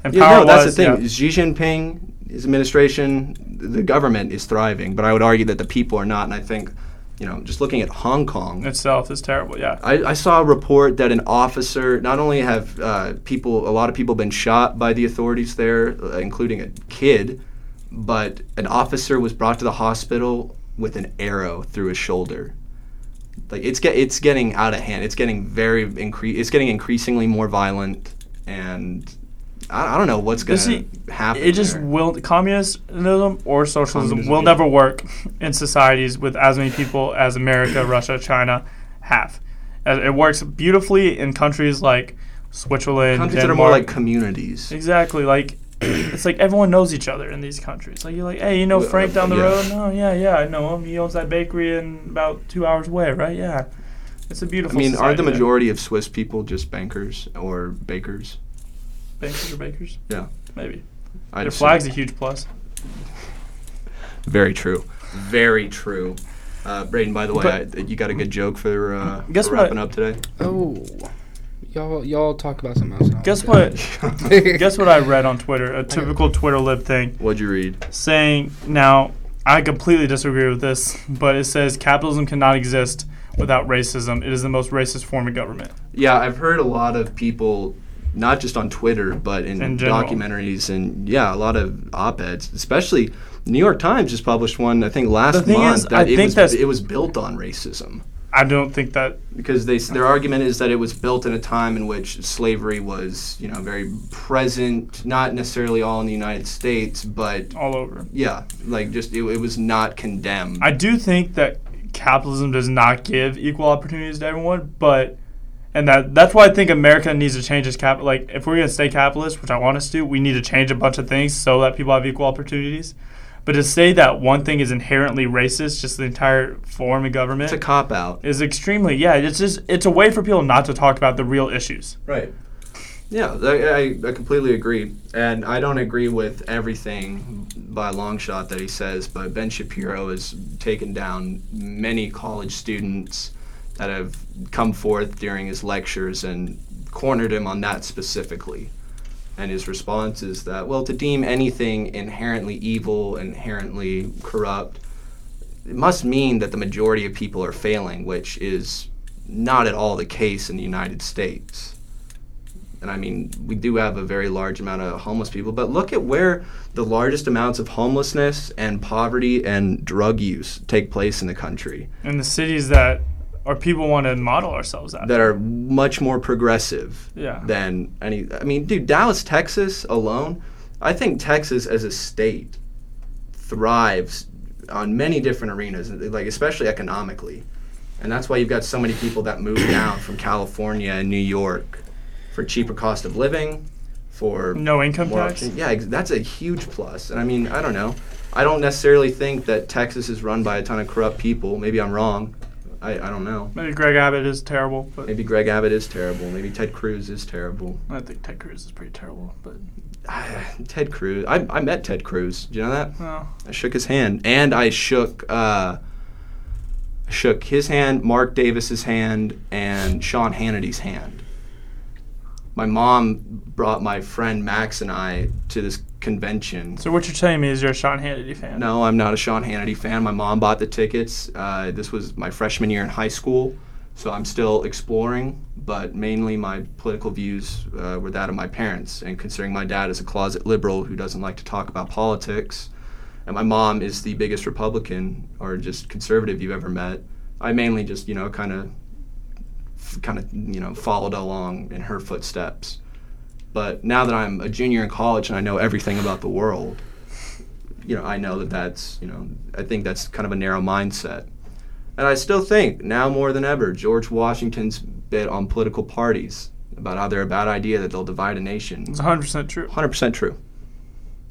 Speaker 3: and
Speaker 1: Yeah, no, that's the
Speaker 3: power-wise,
Speaker 1: thing. Xi
Speaker 3: yeah.
Speaker 1: Jinping, his administration, the government is thriving, but I would argue that the people are not. And I think, you know, just looking at Hong Kong,
Speaker 3: itself is terrible. Yeah.
Speaker 1: I, I saw a report that an officer not only have uh, people a lot of people been shot by the authorities there, uh, including a kid, but an officer was brought to the hospital with an arrow through his shoulder. Like it's get it's getting out of hand. It's getting very incre- It's getting increasingly more violent, and I, I don't know what's gonna
Speaker 3: This
Speaker 1: happen.
Speaker 3: It just
Speaker 1: there.
Speaker 3: will communism or socialism
Speaker 1: Communism,
Speaker 3: will
Speaker 1: yeah.
Speaker 3: never work in societies with as many people
Speaker 1: [coughs]
Speaker 3: as America, Russia, China have. Uh, It works beautifully in countries like Switzerland,
Speaker 1: countries that are
Speaker 3: Denmark.
Speaker 1: more like communities.
Speaker 3: exactly like it's like everyone knows each other in these countries. Like you're like, hey, you know
Speaker 1: Well,
Speaker 3: Frank down the
Speaker 1: yeah.
Speaker 3: road? No, yeah, yeah, I know him. He owns that bakery in about two hours away, right? Yeah, it's a
Speaker 1: I
Speaker 3: beautiful.
Speaker 1: mean, aren't the
Speaker 3: society there.
Speaker 1: majority of Swiss people just bankers or bakers?
Speaker 3: bankers or bakers?
Speaker 1: Yeah.
Speaker 3: maybe.
Speaker 1: I
Speaker 3: Their
Speaker 1: just-
Speaker 3: flag's a huge plus.
Speaker 1: Very true. Very true. Uh, Braden, by the way, I, you got a good joke for, uh,
Speaker 3: Guess
Speaker 1: for
Speaker 3: what?
Speaker 1: wrapping up today? [laughs]
Speaker 2: Oh, y'all, y'all talk about something else. and I'll
Speaker 3: Guess
Speaker 2: [laughs] look at
Speaker 3: what? Guess what I read on Twitter? A typical Twitter lib thing
Speaker 1: What'd you read?
Speaker 3: saying, now, I completely disagree with this, but it says capitalism cannot exist without racism. It is the most racist form of government.
Speaker 1: Yeah, I've heard a lot of people, not just on Twitter, but in,
Speaker 3: In general.
Speaker 1: documentaries and yeah, a lot of op eds, especially. New York Times just published one, I think, last
Speaker 3: The thing
Speaker 1: month.
Speaker 3: is, I
Speaker 1: it
Speaker 3: think
Speaker 1: was,
Speaker 3: that's-
Speaker 1: it was built on racism.
Speaker 3: I don't think that
Speaker 1: because they s- their argument is that it was built in a time in which slavery was you know very present, not necessarily all in the United States, but
Speaker 3: all over.
Speaker 1: yeah, like just it, it was not condemned.
Speaker 3: I do think that capitalism does not give equal opportunities to everyone, but and that that's why I think America needs to change its cap. Like, if we're gonna stay capitalist, which I want us to, we need to change a bunch of things so that people have equal opportunities. But to say that one thing is inherently racist, just the entire form of
Speaker 1: it's
Speaker 3: government,
Speaker 1: a cop out,
Speaker 3: is extremely yeah. It's just it's a way for people not to talk about the real issues.
Speaker 1: right? Yeah, I, I, I completely agree, and I don't agree with everything by a long shot that he says. But Ben Shapiro has taken down many college students that have come forth during his lectures and cornered him on that specifically. And his response is that, well, to deem anything inherently evil, inherently corrupt, it must mean that the majority of people are failing, which is not at all the case in the United States. And I mean, we do have a very large amount of homeless people, but look at where the largest amounts of homelessness and poverty and drug use take place in the country
Speaker 3: And the cities that our people want to model ourselves after.
Speaker 1: that are much more progressive
Speaker 3: Yeah.
Speaker 1: than any. I mean, dude, Dallas, Texas alone, I think Texas as a state thrives on many different arenas, like especially economically, and that's why you've got so many people that move down from California and New York for cheaper cost of living, for
Speaker 3: no income
Speaker 1: more
Speaker 3: tax.
Speaker 1: option- Yeah, ex- that's a huge plus. And I mean, I don't know. I don't necessarily think that Texas is run by a ton of corrupt people. Maybe I'm wrong. I, I don't know.
Speaker 3: Maybe Greg Abbott is terrible, but
Speaker 1: Maybe Greg Abbott is terrible. Maybe Ted Cruz is terrible. [sighs]
Speaker 3: I think Ted Cruz is pretty terrible. But
Speaker 1: Ted Cruz. I, I met Ted Cruz. Do you know that?
Speaker 3: no.
Speaker 1: I shook his hand, and I shook uh, I shook his hand, Mark Davis's hand, and Sean Hannity's hand. My mom brought my friend Max and I to this convention.
Speaker 3: So what you're telling me is you're a Sean Hannity fan?
Speaker 1: No, I'm not a Sean Hannity fan. My mom bought the tickets. Uh, this was my freshman year in high school, so I'm still exploring, but mainly my political views uh, were that of my parents. And considering my dad is a closet liberal who doesn't like to talk about politics, and my mom is the biggest Republican or just conservative you've ever met, I mainly just, you know, kind of kind of you know followed along in her footsteps but now that i'm a junior in college and i know everything about the world you know i know that that's you know i think that's kind of a narrow mindset and i still think now more than ever george washington's bit on political parties about how they're a bad idea that they'll divide a nation
Speaker 3: It's 100% true.
Speaker 1: 100% true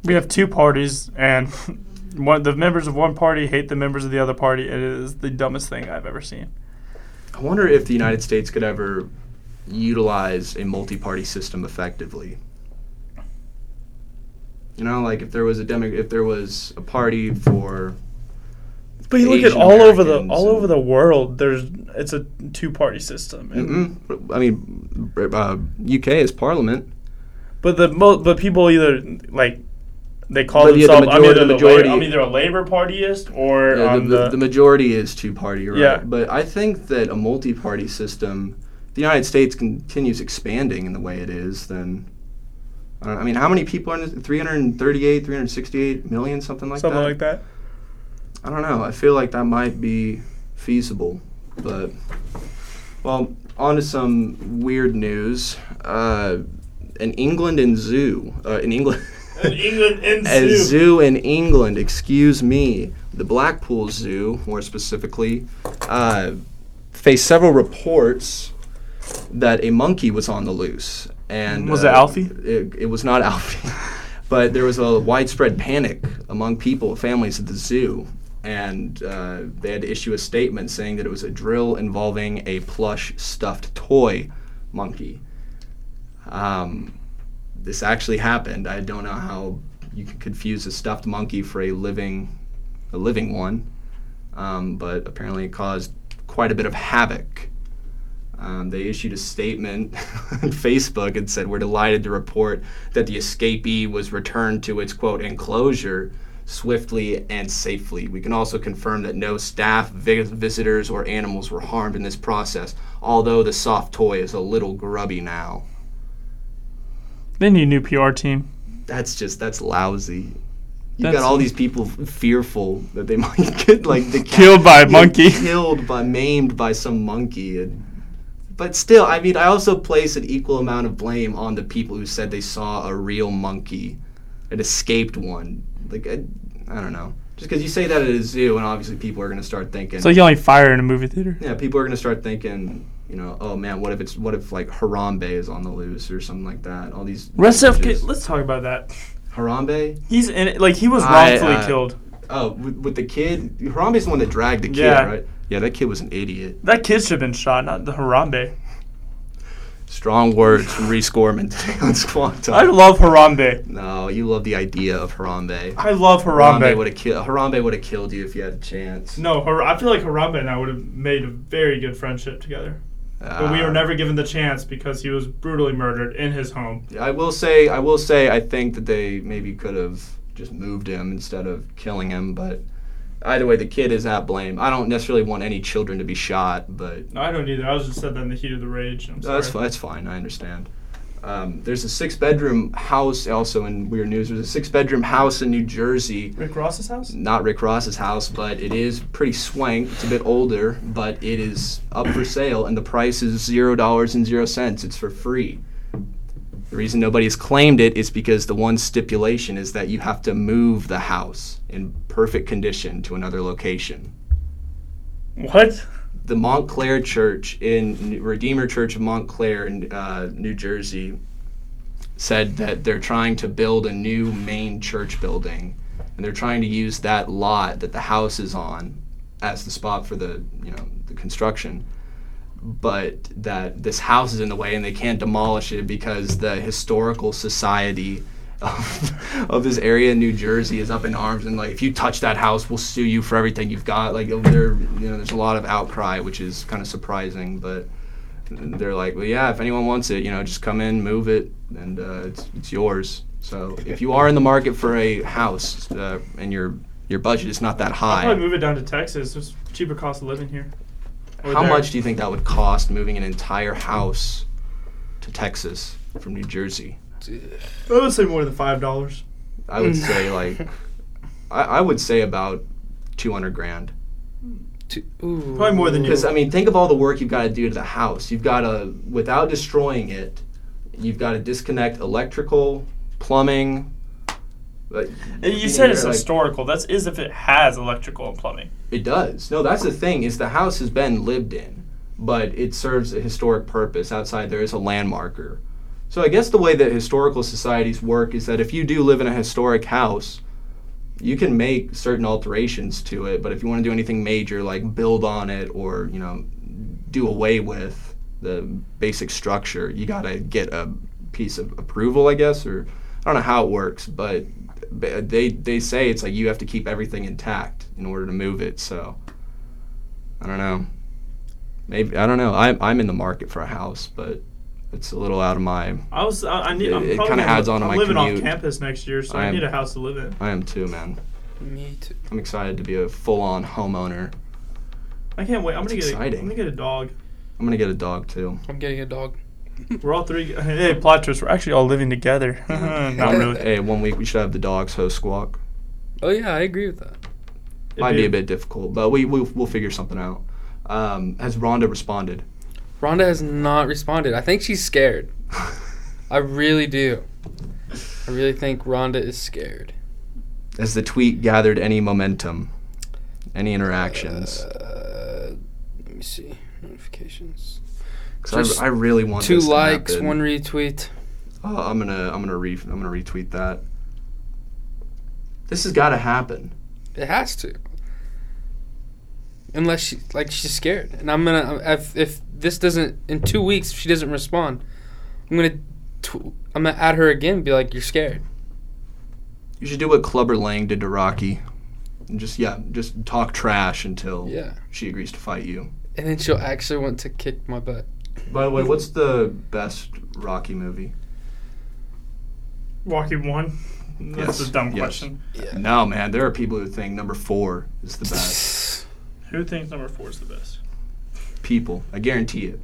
Speaker 3: We have two parties, and [laughs] one, the members of one party hate the members of the other party. It is the dumbest thing I've ever seen.
Speaker 1: i wonder if the united states could ever utilize a multi-party system effectively you know like if there was a demo if there was a party for
Speaker 6: But you look at
Speaker 1: Asian
Speaker 6: all over the
Speaker 1: Americans
Speaker 6: all
Speaker 1: and-
Speaker 6: over the world. There's it's a two party system, and,
Speaker 1: Mm-mm. mm-hmm, I mean, uh, UK is parliament.
Speaker 6: but the mo- but people either like they call
Speaker 1: But yeah, the
Speaker 6: themselves. I'm,
Speaker 1: majority-
Speaker 6: either the
Speaker 1: majority-
Speaker 6: La- I'm either a labor partyist or
Speaker 1: Yeah,
Speaker 6: I'm
Speaker 1: the, the, the majority is two party, right?
Speaker 6: Yeah.
Speaker 1: But I think that a multi party system, if the United States continues expanding in the way it is, then. I, don't, I mean, how many people are in this? 338, 368 million, something like
Speaker 6: something
Speaker 1: that?
Speaker 6: like that.
Speaker 1: I don't know. I feel like that might be feasible, but well, on to some weird news. Uh, an England and zoo, uh, in England, [laughs]
Speaker 6: An England [laughs] and
Speaker 1: a
Speaker 6: zoo.
Speaker 1: zoo in England. Excuse me, the Blackpool Zoo, more specifically, uh, faced several reports that a monkey was on the loose. And uh,
Speaker 3: Was it Alfie?
Speaker 1: It, it was not [laughs] Alfie, but there was a widespread panic among people, families at the zoo, and uh, they had to issue a statement saying that it was a drill involving a plush stuffed toy monkey. Um, this actually happened. I don't know how you could confuse a stuffed monkey for a living, a living one, um, but apparently it caused quite a bit of havoc. Um, they issued a statement [laughs] on Facebook and said, We're delighted to report that the escapee was returned to its quote enclosure swiftly and safely. We can also confirm that no staff, vi- visitors, or animals were harmed in this process, although the soft toy is a little grubby now.
Speaker 6: They need a new PR team.
Speaker 1: That's just, that's lousy. You've
Speaker 6: That's-
Speaker 1: got all these people f- fearful that they [laughs] might get like
Speaker 6: [laughs]
Speaker 1: the
Speaker 6: Killed by a monkey.
Speaker 1: [laughs] killed by maimed by some monkey and but still i mean i also place an equal amount of blame on the people who said they saw a real monkey an escaped one like i, I don't know just because you say that at a zoo and obviously people are going to start thinking
Speaker 6: It's like yelling fire in a movie theater.
Speaker 1: yeah people are going to start thinking you know oh man what if it's what if like harambe is on the loose or something like that all these
Speaker 6: Rest of
Speaker 1: images.
Speaker 6: let's talk about that.
Speaker 1: harambe
Speaker 6: He's in it, like he was
Speaker 1: I,
Speaker 6: wrongfully
Speaker 1: uh,
Speaker 6: killed.
Speaker 1: oh with, with the kid harambe's the one that dragged the kid
Speaker 6: Yeah.
Speaker 1: right yeah that kid was an idiot
Speaker 6: That kid should have been shot, not the Harambe.
Speaker 1: Strong words from Reese Gorman [laughs] today on Squawk Talk.
Speaker 6: I love Harambe.
Speaker 1: no, you love the idea of Harambe.
Speaker 6: I love
Speaker 1: Harambe
Speaker 6: Harambe.
Speaker 1: would have killed. Harambe would have killed you if you had a chance.
Speaker 6: no, Har- I feel like Harambe and I would have made a very good friendship together. But we
Speaker 1: Uh,
Speaker 6: were never given the chance because he was brutally murdered in his home.
Speaker 1: I will say. I will say. I think that they maybe could have just moved him instead of killing him. But either way, the kid is at blame. I don't necessarily want any children to be shot, but
Speaker 6: No, I don't either. I was just said that in the heat of the rage. I'm
Speaker 1: No,
Speaker 6: sorry.
Speaker 1: that's fine. That's fine. I understand. Um, there's a six-bedroom house also in weird news. There's a six-bedroom house in New Jersey
Speaker 6: Rick Ross's house?
Speaker 1: not Rick Ross's house, but it is pretty swank. It's a bit older, but it is up for sale, and the price is zero dollars and zero cents. It's for free. The reason nobody has claimed it is because the one stipulation is that you have to move the house in perfect condition to another location.
Speaker 6: What?
Speaker 1: The Montclair Church in Redeemer Church of Montclair in uh, New Jersey said that they're trying to build a new main church building and they're trying to use that lot that the house is on as the spot for the you know the construction but that this house is in the way and they can't demolish it because the historical society [laughs] of, of this area in New Jersey is up in arms and like if you touch that house we'll sue you for everything you've got like over there you know there's a lot of outcry which is kind of surprising but they're like, well, yeah, if anyone wants it, you know, just come in, move it, and uh, it's it's yours. So if you are in the market for a house uh, and your your budget is not that
Speaker 6: I'll probably
Speaker 1: high,
Speaker 6: move it down to Texas. It's cheaper cost of living here. Or
Speaker 1: how
Speaker 6: there.
Speaker 1: much do you think that would cost moving an entire house to Texas from New Jersey?
Speaker 6: I would say more than five dollars.
Speaker 1: I would say
Speaker 3: Mm.
Speaker 1: like, I, I would say about two hundred grand.
Speaker 2: Two- ooh.
Speaker 6: Probably more than you-
Speaker 1: Because I mean, think of all the work you've got to do to the house. You've got to, without destroying it, you've got to disconnect electrical, plumbing. but-
Speaker 3: You said it's
Speaker 1: like-
Speaker 3: historical. That's is if it has electrical and plumbing.
Speaker 1: It does. No, that's the thing is the house has been lived in, but it serves a historic purpose. Outside there is a landmarker. So I guess the way that historical societies work is that if you do live in a historic house, you can make certain alterations to it, but if you want to do anything major like build on it or, you know, do away with the basic structure, you got to get a piece of approval, I guess, or I don't know how it works, but ba- they they say it's like you have to keep everything intact in order to move it. So I don't know. Maybe I don't know. I'm I'm in the market for a house, but it's a little out of my.
Speaker 6: I was. I, I need.
Speaker 1: It-
Speaker 6: I'm
Speaker 1: it
Speaker 6: probably
Speaker 1: kinda
Speaker 6: gonna-
Speaker 1: adds on to
Speaker 6: I'm
Speaker 1: my
Speaker 6: living
Speaker 1: commute.
Speaker 6: off campus next year, so
Speaker 1: I
Speaker 6: I,
Speaker 1: am-
Speaker 6: need a house to live in.
Speaker 1: I am too, man.
Speaker 2: Me too.
Speaker 1: I'm excited to be a full-on homeowner.
Speaker 6: I can't wait. I'm
Speaker 1: That's
Speaker 6: gonna get. A,
Speaker 1: exciting.
Speaker 6: I'm gonna get a
Speaker 1: [laughs]
Speaker 6: dog.
Speaker 1: I'm gonna get a dog too.
Speaker 2: I'm getting a dog.
Speaker 6: We're all three. [laughs] Hey, plot twist. We're actually all living together. [laughs] Not really.
Speaker 1: Hey, one week we should have the dogs host squawk.
Speaker 2: Oh yeah, I agree with that.
Speaker 1: Might be a
Speaker 6: It'd
Speaker 1: bit difficult, but we we'll, we'll figure something out. Um, has Rhonda responded? [laughs]
Speaker 2: Rhonda has not responded. I think she's scared. I really do. I really think Rhonda is scared.
Speaker 1: Has the tweet gathered any momentum? Any interactions?
Speaker 2: Uh, let me see notifications.
Speaker 1: 'Cause
Speaker 2: just
Speaker 1: I, I really want
Speaker 2: Two
Speaker 1: this to
Speaker 2: likes,
Speaker 1: happen.
Speaker 2: one retweet.
Speaker 1: Oh, I'm gonna I'm gonna re I'm gonna retweet that. This has got to happen.
Speaker 2: It has to. Unless she like she's scared, and I'm gonna if if this doesn't in two weeks if she doesn't respond, I'm gonna tw- I'm gonna add her again. And be like you're scared.
Speaker 1: You should do what Clubber Lang did to Rocky. And just yeah, just talk trash until
Speaker 2: Yeah.
Speaker 1: she agrees to fight you.
Speaker 2: And then she'll actually want to kick my butt.
Speaker 1: By the way, what's the best Rocky movie?
Speaker 6: Rocky one.
Speaker 1: Yes,
Speaker 3: That's a dumb
Speaker 1: yes.
Speaker 3: question.
Speaker 1: No, man, there are people who think number four is the best.
Speaker 3: Who thinks number four is the best?
Speaker 1: people, I guarantee it.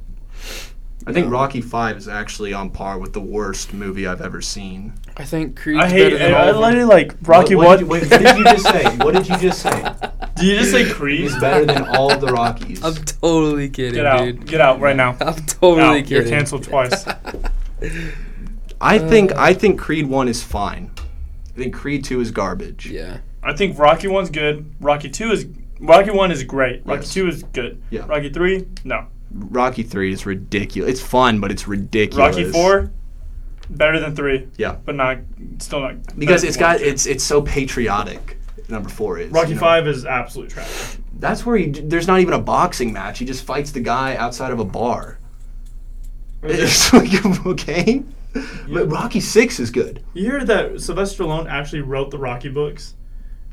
Speaker 1: I think Rocky Five is actually on par with the worst movie I've ever seen.
Speaker 2: I think Creed's
Speaker 3: I hate.
Speaker 2: better
Speaker 3: it.
Speaker 2: than all
Speaker 3: I
Speaker 2: of them.
Speaker 3: literally like Rocky
Speaker 1: what, what
Speaker 3: One. [laughs]
Speaker 1: Did you, wait, what did you just say? What did you just say?
Speaker 3: Did you just say Creed?
Speaker 1: He's better than all [laughs] the Rockies.
Speaker 2: [laughs] I'm totally kidding,
Speaker 3: Get out!
Speaker 2: dude.
Speaker 3: Get out
Speaker 1: [laughs]
Speaker 3: right now.
Speaker 2: I'm totally
Speaker 3: Out. You're
Speaker 2: kidding.
Speaker 3: canceled twice.
Speaker 1: I
Speaker 2: Mm.
Speaker 1: think I think Creed One is fine. I think Creed Two is garbage.
Speaker 2: Yeah.
Speaker 3: I think Rocky One's good. Rocky Two is Rocky One is great. Rocky
Speaker 1: Yes.
Speaker 3: Two is good.
Speaker 1: Yeah.
Speaker 3: Rocky Three, no.
Speaker 1: Rocky Three is ridiculous. It's fun, but it's ridiculous.
Speaker 3: Rocky Four, better than three,
Speaker 1: Yeah,
Speaker 3: but not still not
Speaker 1: because
Speaker 3: better
Speaker 1: it's
Speaker 3: than one.
Speaker 1: got it's it's so patriotic. Number four is
Speaker 6: Rocky
Speaker 1: you know?
Speaker 6: five is absolute trash.
Speaker 1: That's where he, d- there's not even a boxing match. He just fights the guy outside of a bar. [laughs] It's like okay. But Rocky Six is good.
Speaker 6: You hear that Sylvester Stallone actually wrote the Rocky books,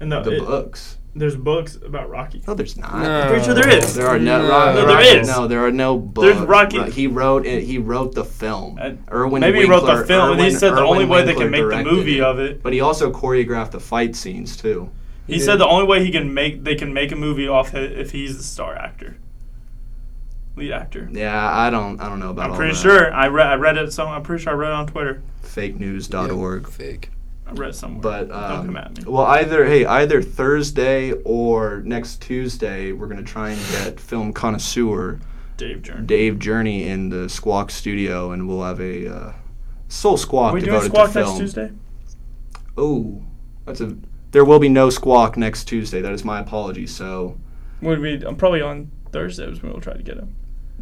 Speaker 6: and the,
Speaker 1: The
Speaker 6: it-
Speaker 1: books.
Speaker 6: there's books about Rocky.
Speaker 1: No, there's not.
Speaker 2: No.
Speaker 6: Pretty sure there is.
Speaker 1: There are no.
Speaker 2: No.
Speaker 1: Rock-
Speaker 2: No,
Speaker 1: Rock-
Speaker 6: there is.
Speaker 1: No, there are no books.
Speaker 6: There's Rocky-
Speaker 1: Ro- He wrote it. He wrote the film.
Speaker 3: Uh,
Speaker 1: Erwin
Speaker 3: maybe he wrote the
Speaker 1: Winkler-
Speaker 3: film, and he
Speaker 1: Erwin-
Speaker 3: said the
Speaker 1: Erwin
Speaker 3: only way they
Speaker 1: Winkler
Speaker 3: can make the
Speaker 1: directed
Speaker 3: movie of it.
Speaker 1: But he also choreographed the fight scenes too.
Speaker 3: He,
Speaker 2: He
Speaker 3: said
Speaker 2: did.
Speaker 3: the only way he can make they can make a movie off hi if he's the star actor, lead actor.
Speaker 1: Yeah, I don't. I don't know about.
Speaker 3: I'm
Speaker 1: all
Speaker 3: pretty
Speaker 1: that.
Speaker 3: sure I read I read it. Some I'm pretty sure I read it on Twitter.
Speaker 1: Fakenews.org. org.
Speaker 2: Fake.
Speaker 3: I read it somewhere.
Speaker 1: But um,
Speaker 3: don't come at me.
Speaker 1: well, either hey, either Thursday or next Tuesday, we're gonna try and get film connoisseur
Speaker 3: Dave Jern.
Speaker 1: Dave Journey in the Squawk studio, and we'll have a uh, soul squawk
Speaker 3: Are we doing
Speaker 1: devoted
Speaker 3: Squawk
Speaker 1: to film.
Speaker 3: next Tuesday?
Speaker 1: Oh, that's a. There will be no squawk next Tuesday. That is my apology. So,
Speaker 3: Would we? I'm probably on Thursday. Is when we'll try to get him.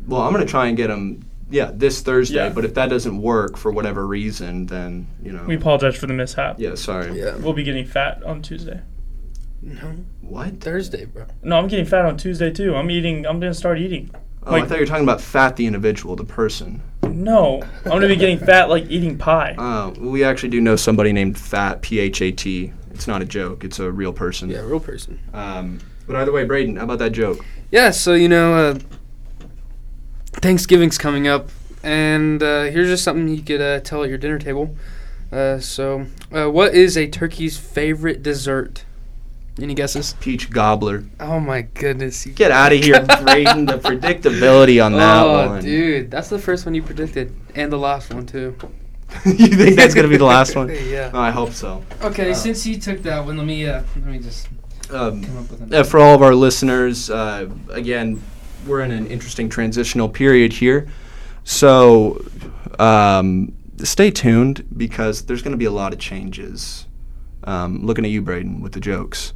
Speaker 1: well, I'm gonna try and get him. Yeah, this Thursday.
Speaker 3: Yeah.
Speaker 1: But if that doesn't work for whatever reason, then you know.
Speaker 3: We apologize for the mishap.
Speaker 1: Oh. yeah, sorry.
Speaker 2: Yeah.
Speaker 3: We'll be getting fat on Tuesday.
Speaker 2: No.
Speaker 1: What?
Speaker 2: Thursday, bro.
Speaker 3: No, I'm getting fat on Tuesday too. I'm eating. I'm gonna start eating.
Speaker 1: Oh, I
Speaker 3: Like-
Speaker 1: thought you were talking about fat the individual, the person.
Speaker 3: No, I'm gonna be getting fat like eating
Speaker 1: [laughs]
Speaker 3: pie.
Speaker 1: Uh, we actually do know somebody named Fat P H A T. It's not a joke. It's a real person.
Speaker 2: Yeah, real person.
Speaker 1: Um, but either way, Braden, how about that joke?
Speaker 2: Yeah, so, you know, uh, Thanksgiving's coming up, and uh, here's just something you could uh, tell at your dinner table. Uh, so, uh, what is a turkey's favorite dessert? Any guesses?
Speaker 1: Peach gobbler.
Speaker 2: Oh, my goodness. You
Speaker 1: Get out of
Speaker 2: [laughs]
Speaker 1: here, Braden. The predictability on that
Speaker 2: oh,
Speaker 1: one.
Speaker 2: dude, that's the first one you predicted, and the last one too.
Speaker 1: [laughs] you think that's gonna be the
Speaker 2: [laughs]
Speaker 1: last one? Oh,
Speaker 2: yeah.
Speaker 1: I hope so.
Speaker 2: Okay,
Speaker 1: Uh,
Speaker 2: since you took that one, let me uh, let me just
Speaker 1: Um,
Speaker 2: come up with another.
Speaker 1: Uh, for all of our listeners, uh, again, we're in an interesting transitional period here. So um, stay tuned because there's going to be a lot of changes. Um, looking at you, Braden, with the jokes.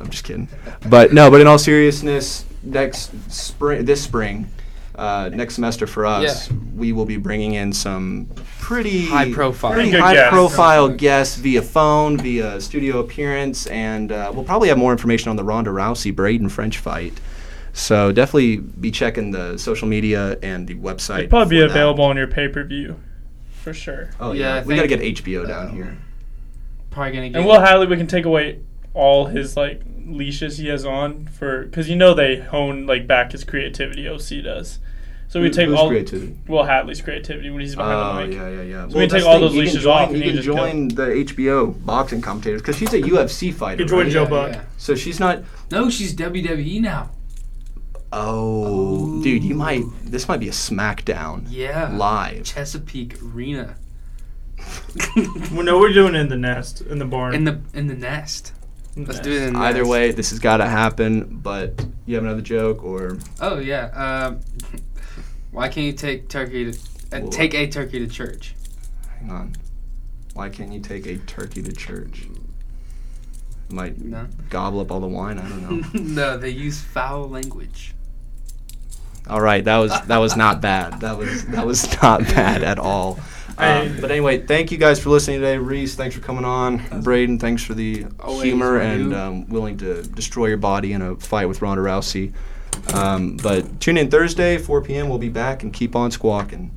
Speaker 1: I'm just kidding. But no, but in all seriousness, next spring, this spring, uh, next semester for us, we will be bringing in some pretty
Speaker 2: High profile.
Speaker 1: pretty
Speaker 3: Pretty good
Speaker 1: high
Speaker 3: guests.
Speaker 1: profile guests via phone, via studio appearance, and uh, we'll probably have more information on the Ronda Rousey Braden French fight. So definitely be checking the social media and the website.
Speaker 3: It'll probably be
Speaker 1: for that.
Speaker 3: available on your pay per view, for sure.
Speaker 1: Oh
Speaker 2: Yeah,
Speaker 1: yeah,
Speaker 2: I
Speaker 1: we got to get
Speaker 2: think-
Speaker 1: HBO down here.
Speaker 2: Probably gonna get.
Speaker 3: And Will Hadley, we can take away all his like leashes he has on for because you know they hone like back his creativity. OC does. So we
Speaker 1: Who-
Speaker 3: take
Speaker 1: who's
Speaker 3: all
Speaker 1: creativity.
Speaker 3: Will Hadley's creativity when he's behind
Speaker 1: Oh
Speaker 3: the mic.
Speaker 1: yeah, yeah, yeah.
Speaker 3: we can take
Speaker 1: that's
Speaker 3: all
Speaker 1: the
Speaker 3: those
Speaker 1: thing, you can
Speaker 3: leashes
Speaker 1: join-
Speaker 3: off and
Speaker 1: You
Speaker 3: you
Speaker 1: can
Speaker 3: just kill.
Speaker 1: join the HBO boxing commentators because she's a UFC fighter.
Speaker 6: You can join
Speaker 1: right?
Speaker 6: Joe Buck.
Speaker 1: So she's not.
Speaker 2: No, she's WWE now.
Speaker 1: Oh, dude, you might.
Speaker 2: Ooh.
Speaker 1: This might be a SmackDown
Speaker 2: Yeah.
Speaker 1: live.
Speaker 2: Chesapeake
Speaker 1: [laughs]
Speaker 2: Arena.
Speaker 6: Well, no, we're doing it in the nest, in the barn.
Speaker 2: in the in the nest.
Speaker 6: In the
Speaker 2: Let's
Speaker 6: nest.
Speaker 2: do it. In the
Speaker 1: Either
Speaker 2: nest.
Speaker 1: way, this has got to happen. But you have another joke, or
Speaker 2: Oh yeah. Um, why can't you take turkey to uh,
Speaker 1: Well-
Speaker 2: take a turkey to church?
Speaker 1: hang on, why can't you take a turkey to church? Might
Speaker 2: No.
Speaker 1: gobble up all the wine. I don't know.
Speaker 2: [laughs] no, they use foul language.
Speaker 1: all right, that was that was not bad. That was that was not bad at all. Um,
Speaker 6: I-
Speaker 1: but anyway, thank you guys for listening today. Reese, thanks for coming on. Braden, thanks for the
Speaker 2: Always,
Speaker 1: humor
Speaker 2: my
Speaker 1: and
Speaker 2: dude.
Speaker 1: um, willing to destroy your body in a fight with Ronda Rousey. Um, but tune in Thursday, 4 p.m. We'll be back and keep on squawking.